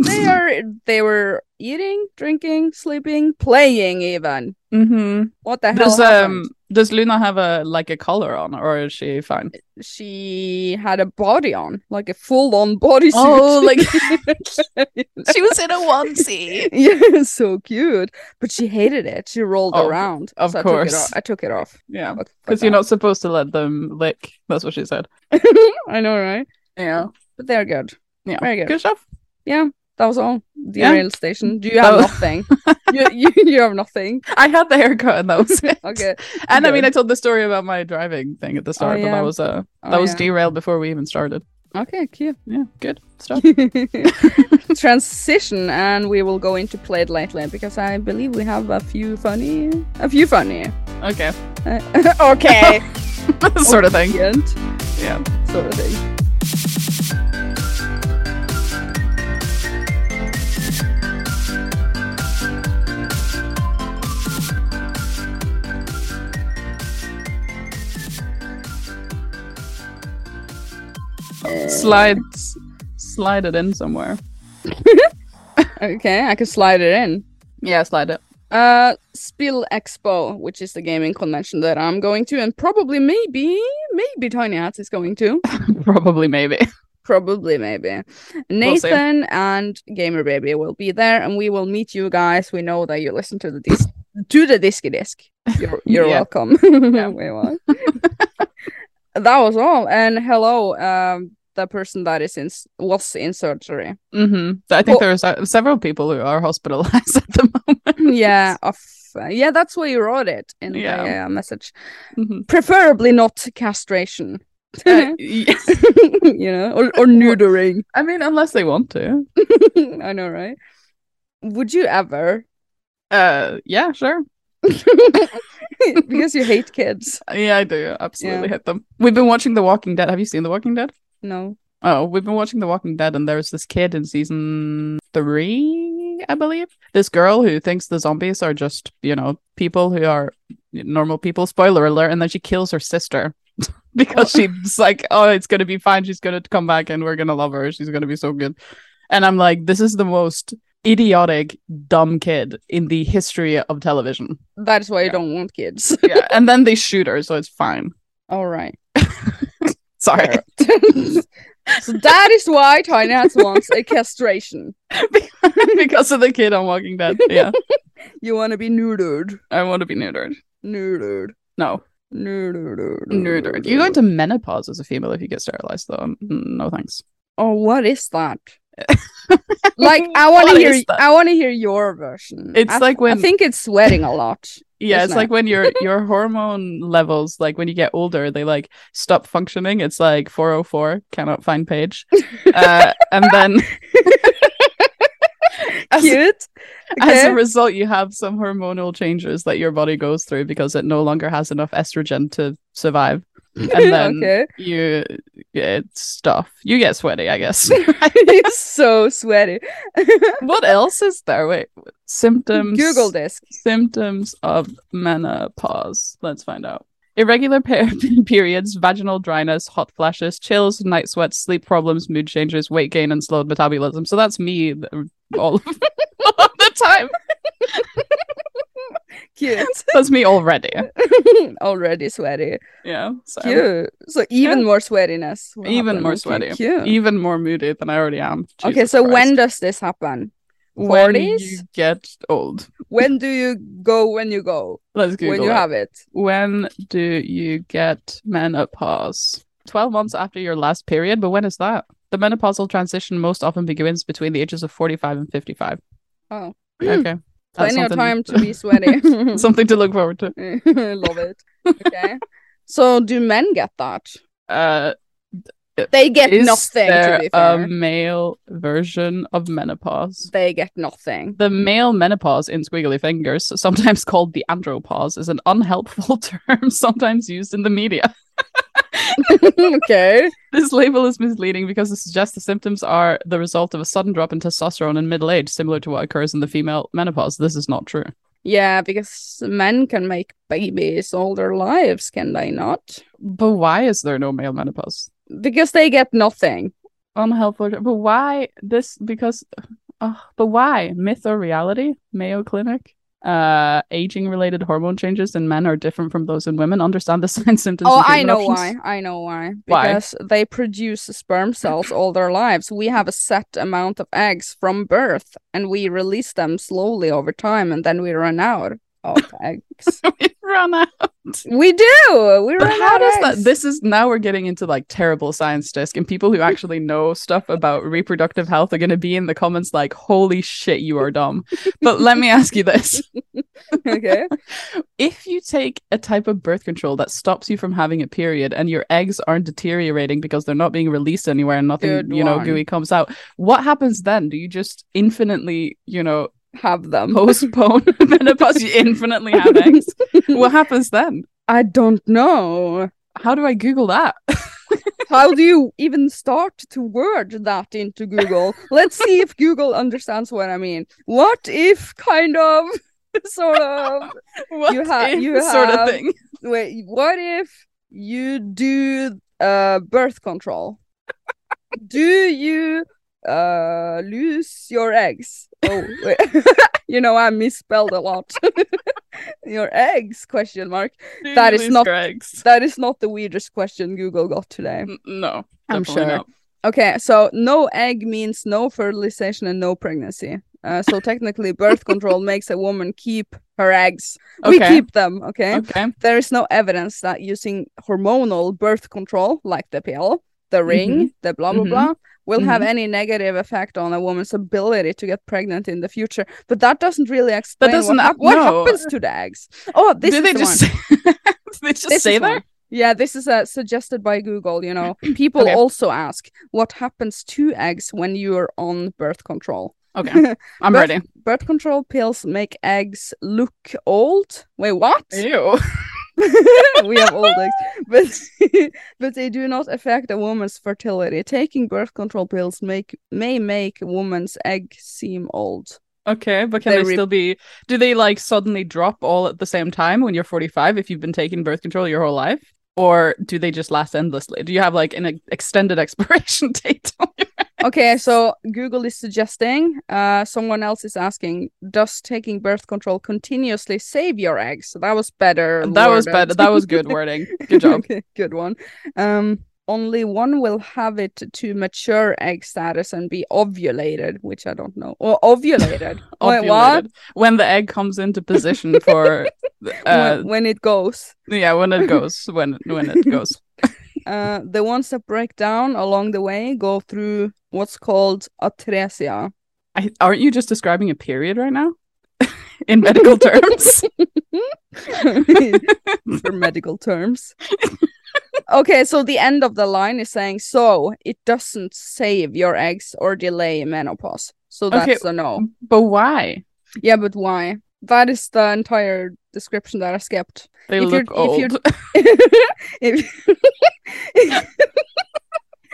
Speaker 2: They are. They were eating, drinking, sleeping, playing. Even
Speaker 1: mm-hmm.
Speaker 2: what the hell?
Speaker 1: Does
Speaker 2: happened?
Speaker 1: um does Luna have a like a collar on, or is she fine?
Speaker 2: she had a body on, like a full on bodysuit.
Speaker 1: Oh, like-
Speaker 2: [laughs]
Speaker 1: [laughs]
Speaker 2: she
Speaker 1: was in a onesie.
Speaker 2: [laughs] yeah, so cute. But she hated it. She rolled
Speaker 1: Of-
Speaker 2: around.
Speaker 1: Oh, of
Speaker 2: so
Speaker 1: course.
Speaker 2: I took it off.
Speaker 1: [laughs]
Speaker 2: I took it
Speaker 1: Yeah,
Speaker 2: off. Fuck- fuck
Speaker 1: because you're not supposed to let them lick. That's what she said.
Speaker 2: that. [laughs] I know, right?
Speaker 1: Yeah,
Speaker 2: But they're good.
Speaker 1: yeah.
Speaker 2: Very good.
Speaker 1: Good stuff.
Speaker 2: Yeah, that was all. The
Speaker 1: Yeah. Oh.
Speaker 2: rail station. Do you
Speaker 1: That
Speaker 2: have
Speaker 1: was-
Speaker 2: nothing?
Speaker 1: [laughs]
Speaker 2: you, you you have nothing.
Speaker 1: I had the haircut, and that was it.
Speaker 2: Okay.
Speaker 1: [laughs] And I mean,
Speaker 2: good.
Speaker 1: I told the story about my driving thing at the start, but
Speaker 2: yeah.
Speaker 1: that was uh
Speaker 2: Oh,
Speaker 1: that was
Speaker 2: yeah.
Speaker 1: derailed before we even started.
Speaker 2: okay. Cute.
Speaker 1: Yeah, good
Speaker 2: [laughs]
Speaker 1: stuff.
Speaker 2: Transition, and we will go into play it lightly because I believe we have a few funny, a few
Speaker 1: [laughs]
Speaker 2: funny.
Speaker 1: Okay,
Speaker 2: okay.
Speaker 1: sort of thing.
Speaker 2: Brilliant.
Speaker 1: Yeah.
Speaker 2: Sort of thing.
Speaker 1: Slide, slide it in somewhere.
Speaker 2: Okay, I can slide it in.
Speaker 1: Yeah, slide it.
Speaker 2: Uh, Spill Expo, which is the gaming convention that I'm going to, and probably, maybe, maybe Tiny Hats is going to. [laughs]
Speaker 1: [laughs] Probably, maybe.
Speaker 2: Probably, maybe.
Speaker 1: We'll see.
Speaker 2: Nathan and Gamer Baby will be there, and we will meet you guys. We know that you listen to the disc, to the Disky Disc.
Speaker 1: [laughs]
Speaker 2: You're, you're
Speaker 1: Yeah.
Speaker 2: welcome. [laughs] We will. [laughs] that was all. And hello, um, the person that is in s- was in surgery.
Speaker 1: hmm I think
Speaker 2: Well-
Speaker 1: there's uh, several people who are hospitalized [laughs] at the moment. [laughs]
Speaker 2: yeah, of, yeah, that's why you wrote it in
Speaker 1: Yeah.
Speaker 2: the uh, message.
Speaker 1: Mhm.
Speaker 2: Preferably not castration. [laughs]
Speaker 1: Uh, yeah.
Speaker 2: you know, or,
Speaker 1: [laughs]
Speaker 2: or neutering. [laughs]
Speaker 1: I mean, unless they want to.
Speaker 2: I know, right? Would you ever? [laughs]
Speaker 1: Uh, yeah, sure.
Speaker 2: because you hate kids.
Speaker 1: Yeah, I do. Absolutely hate them. We've been watching The Walking Dead. Have you seen The Walking Dead?
Speaker 2: No.
Speaker 1: Oh, we've been watching The Walking Dead, and there's this kid in season three, I believe. This girl who thinks the zombies are just, you know, people who are normal people. Spoiler alert. And then she kills her sister [laughs] because she's like, oh, it's going to be fine. She's going to come back and we're going to love her. She's going to be so good. And I'm like, this is the most idiotic, dumb kid in the history of television.
Speaker 2: That's why you
Speaker 1: Yeah.
Speaker 2: don't want kids. [laughs]
Speaker 1: Yeah. [laughs] and then they shoot her, so it's fine.
Speaker 2: All right. [laughs]
Speaker 1: Sorry.
Speaker 2: fair. so that is why Tiny Hats wants a castration.
Speaker 1: [laughs] because of the kid on Walking Dead. Yeah.
Speaker 2: You want to be neutered.
Speaker 1: I want to be neutered.
Speaker 2: Neutered.
Speaker 1: No.
Speaker 2: Neutered.
Speaker 1: Neutered. You go into menopause as a female if you get sterilized, though. Mm, No thanks.
Speaker 2: Oh, what is
Speaker 1: [laughs]
Speaker 2: that? like I want to
Speaker 1: What
Speaker 2: hear.
Speaker 1: is that?
Speaker 2: I want to hear your version.
Speaker 1: It's
Speaker 2: I
Speaker 1: like when-
Speaker 2: I think it's sweating a lot.
Speaker 1: Yeah,
Speaker 2: It's
Speaker 1: it's like
Speaker 2: [laughs]
Speaker 1: when your your hormone levels, like when you get older, they like stop functioning. It's like 404, cannot
Speaker 2: [laughs]
Speaker 1: find page. Uh, and then [laughs] as,
Speaker 2: Cute.
Speaker 1: [laughs] as
Speaker 2: Okay.
Speaker 1: a result, you have some hormonal changes that your body goes through because it no longer has enough estrogen to
Speaker 2: [laughs]
Speaker 1: survive. And then
Speaker 2: okay.
Speaker 1: you it's stuff. You get sweaty, [laughs] I guess.
Speaker 2: [laughs] it's so sweaty.
Speaker 1: what else is there? Wait, symptoms.
Speaker 2: Google this.
Speaker 1: symptoms of menopause. Let's find out. Irregular per- [laughs] periods, vaginal dryness, hot flashes, chills, night sweats, sleep problems, mood changes, weight gain, and slowed metabolism. So that's me th- all of, [laughs] all of the time.
Speaker 2: Cute.
Speaker 1: [laughs]
Speaker 2: [laughs]
Speaker 1: That's me already.
Speaker 2: Already sweaty.
Speaker 1: Yeah. So
Speaker 2: Cute. So even more sweatiness. will
Speaker 1: Even
Speaker 2: happen.
Speaker 1: more
Speaker 2: Okay,
Speaker 1: sweaty.
Speaker 2: Cute.
Speaker 1: even more moody than I already am.
Speaker 2: okay,
Speaker 1: Jesus
Speaker 2: so
Speaker 1: Christ.
Speaker 2: when does this happen?
Speaker 1: when
Speaker 2: 40s?
Speaker 1: you get old.
Speaker 2: When do you go when you go?
Speaker 1: Let's Google
Speaker 2: when you
Speaker 1: it.
Speaker 2: have it.
Speaker 1: When do you get menopause? 12 months after your last period, but when is that? The menopausal transition most often begins between the ages of 45 and 55.
Speaker 2: Oh.
Speaker 1: Okay. That's
Speaker 2: Plenty of
Speaker 1: something-
Speaker 2: time to be sweaty. [laughs]
Speaker 1: [laughs] something to look forward to.
Speaker 2: Love it. Okay. so do men get that?
Speaker 1: Uh,
Speaker 2: They get
Speaker 1: is
Speaker 2: nothing
Speaker 1: there
Speaker 2: to be fair.
Speaker 1: a male version of menopause?
Speaker 2: they get nothing. [laughs]
Speaker 1: The male menopause in squiggly fingers, sometimes called the andropause, is an unhelpful [laughs] term sometimes used in the media.
Speaker 2: okay.
Speaker 1: [laughs] This label is misleading because it suggests the symptoms are the result of a sudden drop in testosterone in middle age, similar to what occurs in the female menopause. This is not true.
Speaker 2: Yeah, because men can make babies all their lives, can they not?
Speaker 1: But why is there no male menopause?
Speaker 2: Because they get nothing.
Speaker 1: Unhelpful. But why this? Because, uh, but why? Myth or reality? Mayo Clinic. Uh, aging related hormone changes in men are different from those in women. Understand the [laughs] signs, symptoms.
Speaker 2: Oh,
Speaker 1: and
Speaker 2: I
Speaker 1: treatment
Speaker 2: know why.
Speaker 1: options.
Speaker 2: I know why.
Speaker 1: Why?
Speaker 2: Because they produce sperm cells all their lives. We have a set amount of eggs from birth and we release them slowly over time and then we run out of [laughs] eggs.
Speaker 1: We run out.
Speaker 2: We do. We
Speaker 1: But
Speaker 2: run
Speaker 1: how
Speaker 2: out
Speaker 1: does
Speaker 2: of
Speaker 1: that?
Speaker 2: eggs.
Speaker 1: This is now we're getting into like terrible science desk, and people who actually know stuff about reproductive health are going to be in the comments like, "Holy shit, you are dumb." but let me ask you this:
Speaker 2: okay.
Speaker 1: If you take a type of birth control that stops you from having a period, and your eggs aren't deteriorating because they're not being released anywhere, and nothing
Speaker 2: Good
Speaker 1: you know
Speaker 2: one.
Speaker 1: gooey comes out, what happens then? Do you just infinitely, you know, [laughs]
Speaker 2: Have them.
Speaker 1: postpone [laughs] menopause? You infinitely have eggs. What happens then?
Speaker 2: [laughs] I don't know.
Speaker 1: How do I Google that?
Speaker 2: How do you even start to word that into Google? Let's see if Google understands what I mean. What if kind of [laughs] sort of
Speaker 1: [laughs] What
Speaker 2: You ha-
Speaker 1: if
Speaker 2: you
Speaker 1: sort
Speaker 2: have-
Speaker 1: of thing.
Speaker 2: wait, what if you do uh birth control? Do you uh lose your eggs? Oh, wait. [laughs] you know I misspelled a lot. [laughs] your eggs question mark. That is not-
Speaker 1: Greg's.
Speaker 2: That is not the weirdest question Google got today.
Speaker 1: No,
Speaker 2: I'm
Speaker 1: definitely
Speaker 2: sure.
Speaker 1: not.
Speaker 2: Okay, so no egg means no fertilization and no pregnancy. Uh, so technically, birth control makes a woman keep her eggs. We
Speaker 1: Okay.
Speaker 2: keep them, okay?
Speaker 1: Okay.
Speaker 2: There is no evidence that using hormonal birth control, like the pill, the
Speaker 1: Mm-hmm.
Speaker 2: ring, the blah, blah,
Speaker 1: Mhm.
Speaker 2: blah, will have
Speaker 1: Mm-hmm.
Speaker 2: any negative effect on a woman's ability to get pregnant in the future. But that doesn't really explain
Speaker 1: doesn't
Speaker 2: what,
Speaker 1: hap-
Speaker 2: what
Speaker 1: no.
Speaker 2: happens to the eggs. Oh, this is
Speaker 1: Did they
Speaker 2: the one.
Speaker 1: just [laughs] they just
Speaker 2: This
Speaker 1: say
Speaker 2: is
Speaker 1: that?
Speaker 2: one. Yeah, this is uh, suggested by Google. You
Speaker 1: [clears throat]
Speaker 2: know, people
Speaker 1: Okay.
Speaker 2: also ask what happens to eggs when you are on birth control.
Speaker 1: Okay,
Speaker 2: [laughs]
Speaker 1: I'm
Speaker 2: But-
Speaker 1: ready.
Speaker 2: Birth control pills make eggs look old. Wait, what?
Speaker 1: Ew.
Speaker 2: [laughs] we have old eggs. but
Speaker 1: [laughs]
Speaker 2: but [laughs] they do not affect a woman's fertility. Taking birth control pills make may make a woman's egg seem old.
Speaker 1: Okay, but can
Speaker 2: They
Speaker 1: they,
Speaker 2: re-
Speaker 1: still be? Do they like suddenly drop all at the same time when you're 45 if you've been taking birth control your whole life, or do they just last endlessly? Do you have like an ex- extended expiration [laughs] date? on your-
Speaker 2: Okay, so Google is suggesting, uh, someone else is asking, does taking birth control continuously save your eggs? So that was better.
Speaker 1: that was
Speaker 2: worded.
Speaker 1: better. That
Speaker 2: [laughs]
Speaker 1: was good wording. Good job.
Speaker 2: Okay, good one. Um, only one will have it to mature egg status and be ovulated, which I don't know. Or
Speaker 1: [laughs]
Speaker 2: ovulated. Wait, what?
Speaker 1: Ovulated. When the egg comes into position for,
Speaker 2: [laughs]
Speaker 1: uh,
Speaker 2: when, when it goes.
Speaker 1: yeah, when it goes, when when it goes.
Speaker 2: Uh, the ones that break down along the way go through what's called atresia.
Speaker 1: I, aren't you just describing a period right now? [laughs] In
Speaker 2: [laughs]
Speaker 1: medical terms.
Speaker 2: for medical terms. okay, so the end of the line is saying so it doesn't save your eggs or delay menopause. So
Speaker 1: Okay.
Speaker 2: that's a no.
Speaker 1: but why?
Speaker 2: Yeah, but why? That is the entire description that I skipped.
Speaker 1: They
Speaker 2: If you're-
Speaker 1: look
Speaker 2: if you're-
Speaker 1: old.
Speaker 2: If- [laughs]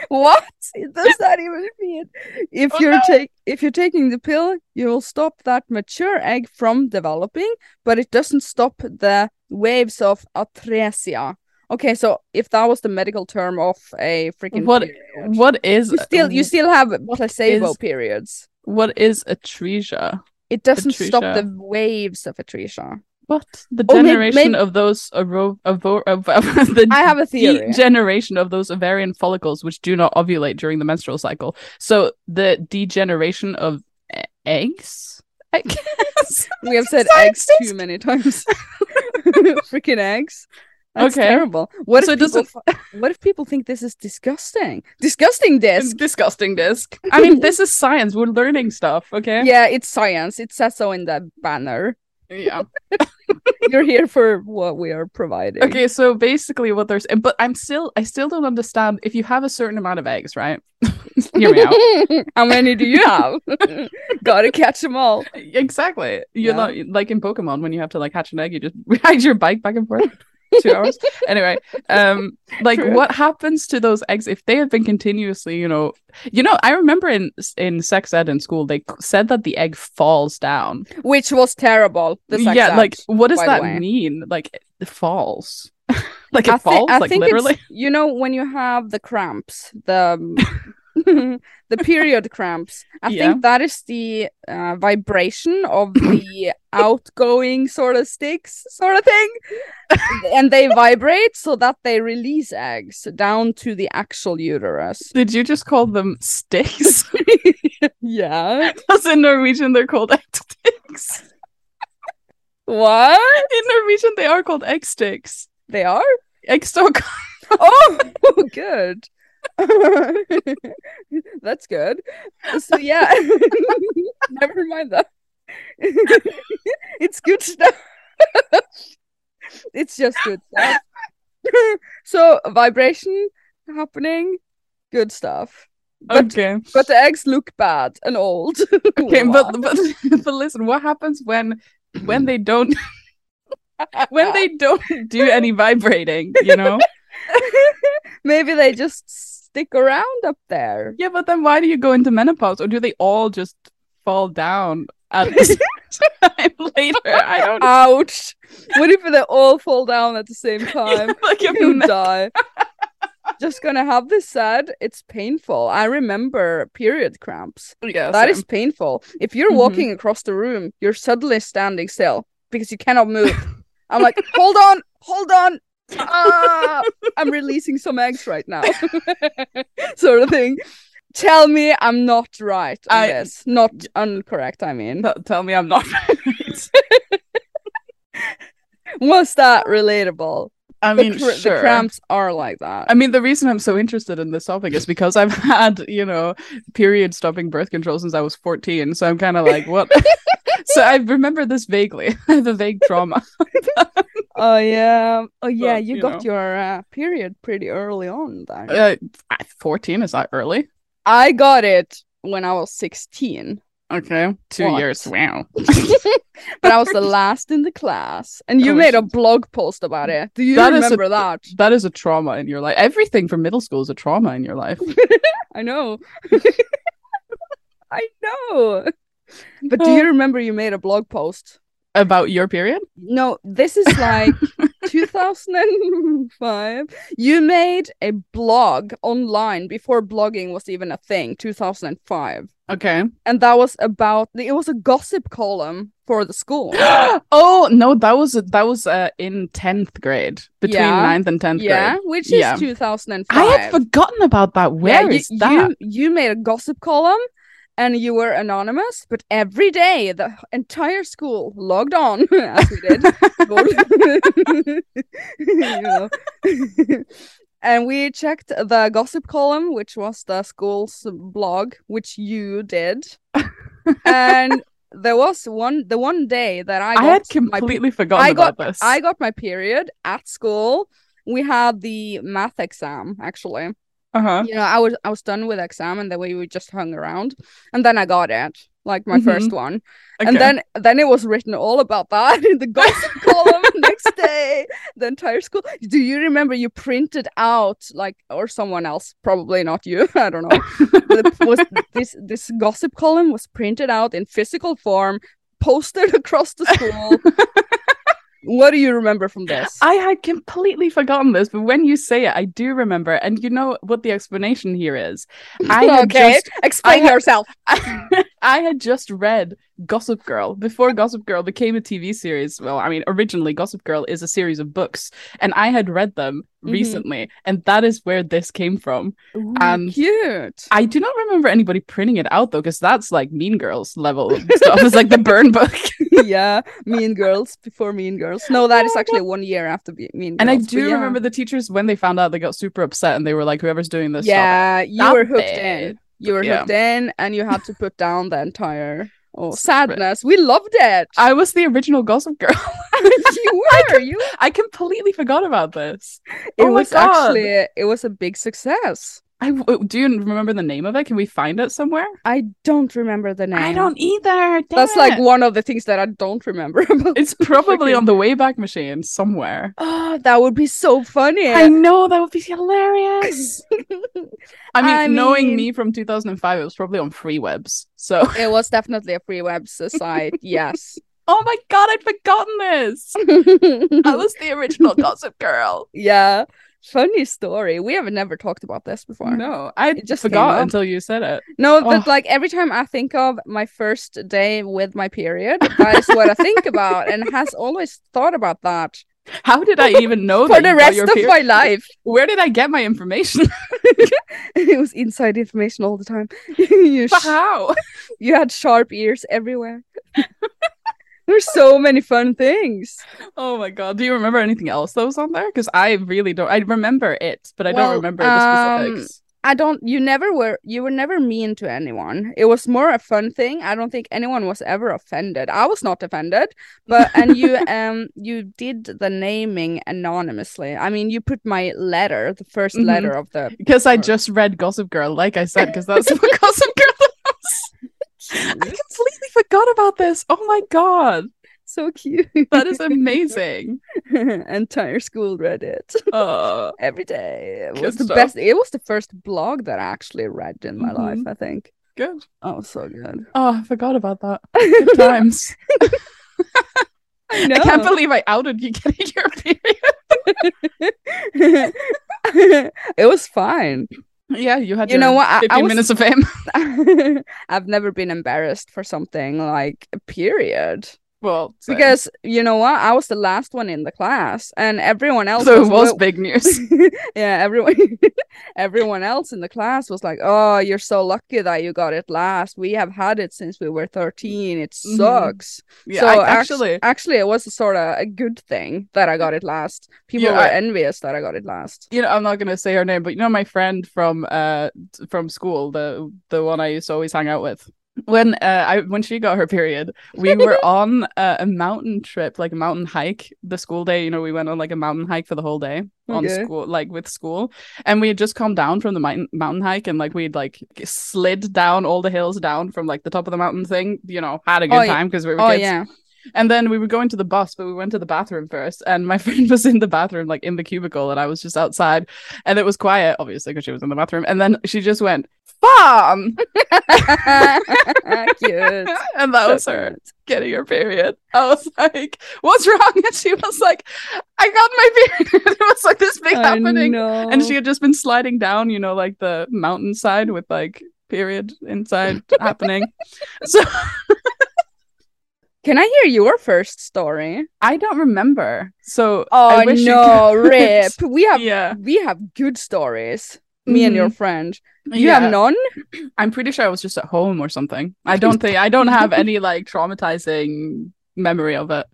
Speaker 2: what does that even mean? If
Speaker 1: Oh,
Speaker 2: you're
Speaker 1: no.
Speaker 2: take if you're taking the pill, you will stop that mature egg from developing, but it doesn't stop the waves of atresia. Okay, so if that was the medical term of a freaking
Speaker 1: What-
Speaker 2: period,
Speaker 1: [laughs] What is um,
Speaker 2: you still you still have placebo
Speaker 1: is-
Speaker 2: periods.
Speaker 1: [laughs] what is atresia?
Speaker 2: It doesn't stop
Speaker 1: atresia?
Speaker 2: the waves of atresia.
Speaker 1: What the
Speaker 2: Oh, may-
Speaker 1: generation
Speaker 2: may-
Speaker 1: of those aro- avo- [laughs] av- av- the
Speaker 2: I have a theory.
Speaker 1: degeneration of those ovarian follicles which do not ovulate during the menstrual cycle. So the degeneration of e- eggs, I [laughs] guess.
Speaker 2: We have said eggs
Speaker 1: Science
Speaker 2: too many times. [laughs] Freaking eggs. That's
Speaker 1: Okay.
Speaker 2: terrible. What
Speaker 1: So
Speaker 2: if
Speaker 1: it doesn't-
Speaker 2: people, what if people think this is disgusting? Disgusting
Speaker 1: It's
Speaker 2: disc.
Speaker 1: disgusting disc. I mean, this is science. We're learning stuff, okay?
Speaker 2: Yeah, it's science. It says so in the banner.
Speaker 1: yeah.
Speaker 2: You're here for what we are providing.
Speaker 1: Okay, so basically what there's but I'm still I still don't understand if you have a certain amount of eggs, right? [laughs] Hear
Speaker 2: [laughs]
Speaker 1: me out.
Speaker 2: How many do you have? [laughs] Gotta catch them all.
Speaker 1: Exactly. You're
Speaker 2: Yeah.
Speaker 1: not like in Pokemon when you have to like hatch an egg, you just [laughs] ride your bike back and forth
Speaker 2: [laughs]
Speaker 1: two hours. Anyway, um like
Speaker 2: True.
Speaker 1: what happens to those eggs if they have been continuously, you know, you know, I remember in in sex ed in school they c- said that the egg falls down.
Speaker 2: Which was terrible. The sex
Speaker 1: yeah,
Speaker 2: act.
Speaker 1: like what does
Speaker 2: by the
Speaker 1: that
Speaker 2: way.
Speaker 1: mean? Like it falls. [laughs] like it
Speaker 2: thi-
Speaker 1: falls
Speaker 2: I
Speaker 1: like
Speaker 2: think it's-
Speaker 1: literally.
Speaker 2: You know when you have the cramps, the um,
Speaker 1: [laughs]
Speaker 2: the period cramps. I
Speaker 1: Yeah.
Speaker 2: think that is the uh, vibration
Speaker 1: [coughs]
Speaker 2: of the outgoing sort of sticks, sort of
Speaker 1: [laughs]
Speaker 2: thing, and they vibrate so that they release eggs down to the actual uterus.
Speaker 1: Did you just call them sticks?
Speaker 2: Yeah.
Speaker 1: Because in Norwegian, they're called egg sticks. [laughs]
Speaker 2: What?
Speaker 1: In Norwegian, they are called egg sticks.
Speaker 2: They are?
Speaker 1: Egg stock.
Speaker 2: Oh, good. [laughs] That's good. So yeah, [laughs] never mind that. [laughs] it's good stuff. it's just good stuff. [laughs] so vibration happening, good stuff. [laughs] But
Speaker 1: Okay.
Speaker 2: but the eggs look bad and old. [laughs]
Speaker 1: Okay, but, but [laughs] but listen, what happens when when they don't [laughs] when they don't do any vibrating, you know?
Speaker 2: [laughs] maybe they just stick around up
Speaker 1: [laughs]
Speaker 2: there.
Speaker 1: Yeah, but then why do you go into menopause? Or do they all just fall down at
Speaker 2: [laughs]
Speaker 1: the same time later? I don't know.
Speaker 2: Ouch! What if they all fall down at the
Speaker 1: [laughs]
Speaker 2: same time?
Speaker 1: like a
Speaker 2: you
Speaker 1: me-
Speaker 2: die. Just gonna have this sad. It's painful. I remember period cramps.
Speaker 1: yeah,
Speaker 2: That
Speaker 1: Oh, same.
Speaker 2: is painful. If you're
Speaker 1: Mhm.
Speaker 2: walking across the room, you're suddenly standing still because you cannot move. I'm like, [laughs] hold on, hold on. Ah, I'm releasing some eggs right now, [laughs] sort of thing. Tell me I'm not right. On
Speaker 1: I-
Speaker 2: this. not incorrect. I mean,
Speaker 1: Tell- tell me I'm [laughs] not
Speaker 2: was that relatable?
Speaker 1: I mean
Speaker 2: [laughs]
Speaker 1: [laughs]
Speaker 2: the, cr-
Speaker 1: sure.
Speaker 2: the cramps are like that.
Speaker 1: I mean, the reason I'm so interested in this topic is because I've [laughs] had, you know, period stopping birth control since I was 14. So I'm kind of like, [laughs] what? so I remember this vaguely. [laughs] I have a vague trauma.
Speaker 2: Oh yeah, oh yeah.
Speaker 1: But,
Speaker 2: you
Speaker 1: you
Speaker 2: got
Speaker 1: know.
Speaker 2: your uh, period pretty early on. Then
Speaker 1: Uh, 14 is that early?
Speaker 2: I got it when I was sixteen.
Speaker 1: Okay. Two
Speaker 2: What?
Speaker 1: years. Wow.
Speaker 2: but I
Speaker 1: [laughs]
Speaker 2: was the last in the class, and you
Speaker 1: Oh,
Speaker 2: made a blog post about it. Do you
Speaker 1: That is a-
Speaker 2: remember that?
Speaker 1: [laughs] That is a trauma in your life. Everything from middle school is a trauma in your life.
Speaker 2: I
Speaker 1: [laughs]
Speaker 2: know. [laughs] I know. Uh, But do you remember you made a blog post?
Speaker 1: About your period?
Speaker 2: No, this is
Speaker 1: [laughs]
Speaker 2: like 2005. You made a blog online before blogging was even a thing, 2005.
Speaker 1: Okay.
Speaker 2: And that was about it was a gossip column for the
Speaker 1: [gasps]
Speaker 2: school.
Speaker 1: [gasps] oh no, that was that was uh, in tenth grade, between
Speaker 2: Yeah.
Speaker 1: ninth and tenth
Speaker 2: yeah,
Speaker 1: grade.
Speaker 2: which is
Speaker 1: Yeah.
Speaker 2: 2005.
Speaker 1: I had forgotten about that. Where is
Speaker 2: you,
Speaker 1: that?
Speaker 2: You, you made a gossip column and you were anonymous, but every day the entire school logged on [laughs] as we did. Go-
Speaker 1: [laughs]
Speaker 2: [laughs] You know. [laughs] and we checked the gossip column, which was the school's blog, which you did. and there was one the one day that I
Speaker 1: I,
Speaker 2: got
Speaker 1: had
Speaker 2: my pe-
Speaker 1: completely forgotten
Speaker 2: I got-
Speaker 1: about this.
Speaker 2: I got my period at school. We had the math exam actually
Speaker 1: uh-huh.
Speaker 2: you know, I was I was done with exam and then we were just hung around, and then I got it, like my first one,
Speaker 1: Mm-hmm. Okay.
Speaker 2: and then then it was written all about that [laughs] in the gossip
Speaker 1: [laughs]
Speaker 2: column next day. The entire school. Do you remember you printed out like or someone else, probably not you, [laughs] I don't know. the,
Speaker 1: [laughs]
Speaker 2: was this this gossip column was printed out in physical form, posted [laughs] across the
Speaker 1: [laughs]
Speaker 2: school. what do you remember from this?
Speaker 1: I had completely forgotten this, but when you say it, I do remember. And you know what the explanation here is?
Speaker 2: [laughs]
Speaker 1: I had
Speaker 2: okay,
Speaker 1: just
Speaker 2: explain
Speaker 1: I had-
Speaker 2: yourself.
Speaker 1: I had just read Gossip Girl before Gossip Girl became a TV series. Well, I mean, originally Gossip Girl is a series of books, and I had read them
Speaker 2: Mhm.
Speaker 1: recently, and that is where this came from.
Speaker 2: Ooh,
Speaker 1: Um,
Speaker 2: cute.
Speaker 1: I do not remember anybody printing it out though, because that's like Mean Girls level stuff. It's like the burn book,
Speaker 2: yeah, Mean Girls before Mean Girls. No, that is
Speaker 1: Yeah,
Speaker 2: actually one year after Be- Mean Girls.
Speaker 1: and I
Speaker 2: but
Speaker 1: do
Speaker 2: yeah.
Speaker 1: remember the teachers when they found out they got super upset, and they were like, "Whoever's doing this, stop
Speaker 2: Yeah, you
Speaker 1: Stop
Speaker 2: were hooked
Speaker 1: it.
Speaker 2: in. You were
Speaker 1: Yeah.
Speaker 2: hooked in, and you had to put down the entire oh
Speaker 1: Stop it.
Speaker 2: sadness. We loved it.
Speaker 1: [laughs] I was the original Gossip Girl.
Speaker 2: [laughs]
Speaker 1: [laughs]
Speaker 2: you were. You.
Speaker 1: I completely forgot about this.
Speaker 2: It
Speaker 1: Oh my
Speaker 2: was
Speaker 1: God.
Speaker 2: actually it was a big success.
Speaker 1: I w- do you remember the name of it? Can we find it somewhere?
Speaker 2: I don't remember the name.
Speaker 1: I don't either.
Speaker 2: That's like one of the things that I don't remember [laughs] about.
Speaker 1: it's probably
Speaker 2: freaking-
Speaker 1: on the Wayback Machine somewhere.
Speaker 2: Oh, that would be so funny.
Speaker 1: I know that would be
Speaker 2: [laughs]
Speaker 1: hilarious. I mean,
Speaker 2: I mean-
Speaker 1: knowing me from 2005, it was probably on free webs. So, [laughs]
Speaker 2: it was definitely a free web site. Yes.
Speaker 1: oh my god, I'd
Speaker 2: [laughs]
Speaker 1: forgotten this. I was the original Gossip Girl.
Speaker 2: Yeah. Funny story. We have never talked about this before. No,
Speaker 1: No, I
Speaker 2: It just
Speaker 1: just
Speaker 2: came
Speaker 1: forgot
Speaker 2: up.
Speaker 1: until you said it.
Speaker 2: but
Speaker 1: Oh.
Speaker 2: like every time I think of my first day with my period, that is what I think about and has always thought about that
Speaker 1: [laughs] How did I even
Speaker 2: [laughs]
Speaker 1: know
Speaker 2: for
Speaker 1: that
Speaker 2: the
Speaker 1: you got
Speaker 2: rest
Speaker 1: your
Speaker 2: of
Speaker 1: period?
Speaker 2: my life.
Speaker 1: [laughs]
Speaker 2: [laughs]
Speaker 1: Where did I get my information?
Speaker 2: it was inside information all the time. [laughs] you, sh-
Speaker 1: How?
Speaker 2: you had sharp ears everywhere. [laughs] There's so many fun things.
Speaker 1: Oh my god! Do you remember anything else that was on there? Because I really don't. I remember it, but I
Speaker 2: Well,
Speaker 1: don't remember
Speaker 2: um,
Speaker 1: the specifics.
Speaker 2: I don't you never were you were never mean to anyone. It was more a fun thing. I don't think anyone was ever offended. I was not offended, but and
Speaker 1: [laughs]
Speaker 2: you um you did the naming anonymously. I mean, you put my letter, the 1st
Speaker 1: Mhm.
Speaker 2: letter of the
Speaker 1: Because I
Speaker 2: Sure.
Speaker 1: just read Gossip Girl, like I said,
Speaker 2: [laughs]
Speaker 1: because that's what Gossip Girl [laughs] was. I [laughs] completely forgot about this. Oh my god,
Speaker 2: so cute.
Speaker 1: that is amazing.
Speaker 2: [laughs] Entire school read it [laughs]
Speaker 1: Uh,
Speaker 2: every day. It
Speaker 1: Good
Speaker 2: was the
Speaker 1: stuff. Mm-hmm.
Speaker 2: best. It was the first blog that I actually read in my life, I think.
Speaker 1: good.
Speaker 2: Oh, so good.
Speaker 1: Oh, I forgot about
Speaker 2: [laughs]
Speaker 1: that. Good times.
Speaker 2: I,
Speaker 1: [laughs] I can't
Speaker 2: know.
Speaker 1: believe I outed you [laughs] getting your period.
Speaker 2: it was fine.
Speaker 1: Yeah, you had.
Speaker 2: You know
Speaker 1: your
Speaker 2: what? I- I
Speaker 1: 15
Speaker 2: was-
Speaker 1: minutes of fame.
Speaker 2: I've never been embarrassed for something like a period
Speaker 1: [laughs] well, same.
Speaker 2: because you know what? I was the last one in the class, and everyone else
Speaker 1: so it
Speaker 2: was,
Speaker 1: was big news.
Speaker 2: [laughs] yeah, everyone, [laughs] everyone else in the class was like, "Oh, you're so lucky that you got it last. We have had it since we were 13. It
Speaker 1: Mhm.
Speaker 2: sucks."
Speaker 1: Yeah,
Speaker 2: so
Speaker 1: I
Speaker 2: act-
Speaker 1: actually,
Speaker 2: actually, it was sort of a good thing that I got it last. People
Speaker 1: Yeah,
Speaker 2: were
Speaker 1: I-
Speaker 2: envious that I got it last.
Speaker 1: you know, I'm not gonna say her name, but you know my friend from uh t- from school, the the one I used to always hang out with. When uh I when she got her period,
Speaker 2: [laughs]
Speaker 1: we were on a, a mountain trip, like a mountain hike. The school day, you know, we went on like a mountain hike for the whole day on
Speaker 2: Okay.
Speaker 1: school, like with school, and we had just come down from the mountain mountain hike, and like we'd like slid down all the hills down from like the top of the mountain thing. You know, had a good
Speaker 2: Oh, yeah.
Speaker 1: time because we were
Speaker 2: Oh
Speaker 1: kids
Speaker 2: yeah,
Speaker 1: And then we were going to the bus, but we went to the bathroom first. And my [laughs] friend was in the bathroom, like in the cubicle, and I was just outside. And it was quiet, obviously, because she was in the bathroom. And then she just went, Farm!
Speaker 2: [laughs] Cute.
Speaker 1: [laughs] and that was her getting her period. I was [laughs] like, What's wrong? And she was like, I got my [laughs] period. it was like this big happening. And she had just been sliding down, you know, like the mountainside with like period inside happening. So
Speaker 2: Can I hear your first story?
Speaker 1: [laughs] I don't remember. So um,
Speaker 2: Oh
Speaker 1: I wish you
Speaker 2: no,
Speaker 1: could. [laughs]
Speaker 2: rip. We have
Speaker 1: yeah, Mm-hmm.
Speaker 2: we have good stories. Me and your friend. You
Speaker 1: yeah.
Speaker 2: have none?
Speaker 1: I'm pretty sure I was just at home or something. I don't think I don't have any like traumatizing memory of it.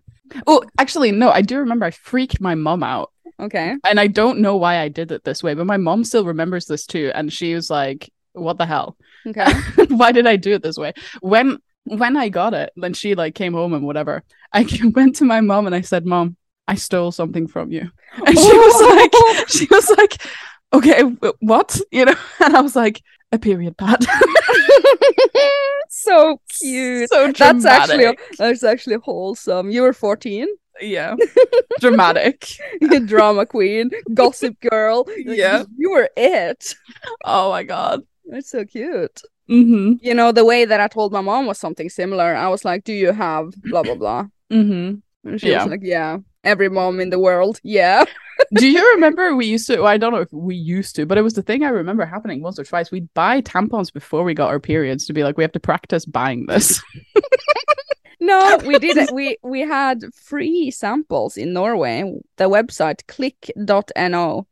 Speaker 1: Oh, actually, no, I do remember I freaked my mom out.
Speaker 2: Okay.
Speaker 1: And I don't know why I did it this way, but my mom still remembers this too. And she was like, What the hell? [laughs]
Speaker 2: Okay. [laughs]
Speaker 1: why did I do it this way? When when I got it, then she like came home and whatever. I [laughs] went to my mom and I said, Mom, I stole something from you. And she was like, she was like, okay, w- what? You know? [laughs] And I was like, a period pad.
Speaker 2: so cute.
Speaker 1: So
Speaker 2: That's actually
Speaker 1: dramatic.
Speaker 2: that's actually wholesome. You were [laughs] 14.
Speaker 1: yeah, [laughs] dramatic.
Speaker 2: drama queen, gossip girl. Like,
Speaker 1: Yeah.
Speaker 2: You were it.
Speaker 1: Oh my god.
Speaker 2: That's so cute.
Speaker 1: Mm
Speaker 2: You know, the way that I told my mom was something similar. I was like, Do you have blah blah blah?
Speaker 1: hmm. Mm
Speaker 2: And she
Speaker 1: Yeah.
Speaker 2: was like, Yeah. Every mom in the world. Yeah.
Speaker 1: hmm. Do you remember we used to? Well, I don't know if we used to, but it was the thing I remember happening once or twice. We'd buy tampons before we got our periods to be like, we have to practice buying this.
Speaker 2: No,
Speaker 1: [laughs]
Speaker 2: we didn't. We we had free samples in Norway. The website click.no.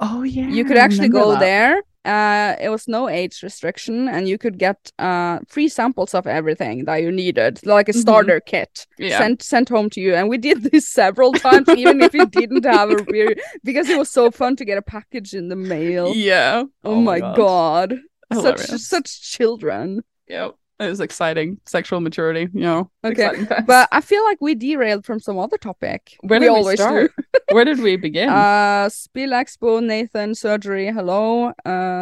Speaker 1: Oh yeah,
Speaker 2: You could
Speaker 1: I
Speaker 2: actually go
Speaker 1: remember that.
Speaker 2: there. Uh, it was no age restriction, and you could get uh free samples of everything that you needed, like a
Speaker 1: Mhm.
Speaker 2: starter kit
Speaker 1: Yeah.
Speaker 2: sent sent home to you. And we did this [laughs] several times, even if you didn't have
Speaker 1: [laughs]
Speaker 2: a beer, because it was so fun to get a package in the mail.
Speaker 1: Yeah.
Speaker 2: Oh, my god, such
Speaker 1: Hilarious.
Speaker 2: such children.
Speaker 1: Yeah. It was exciting. Sexual maturity. You know.
Speaker 2: Okay,
Speaker 1: exciting times.
Speaker 2: But I feel like we derailed from some other topic.
Speaker 1: where did we, Um, start? Where did we [laughs] begin?
Speaker 2: Uh, Spill Expo, Nathan, surgery, hello. Um,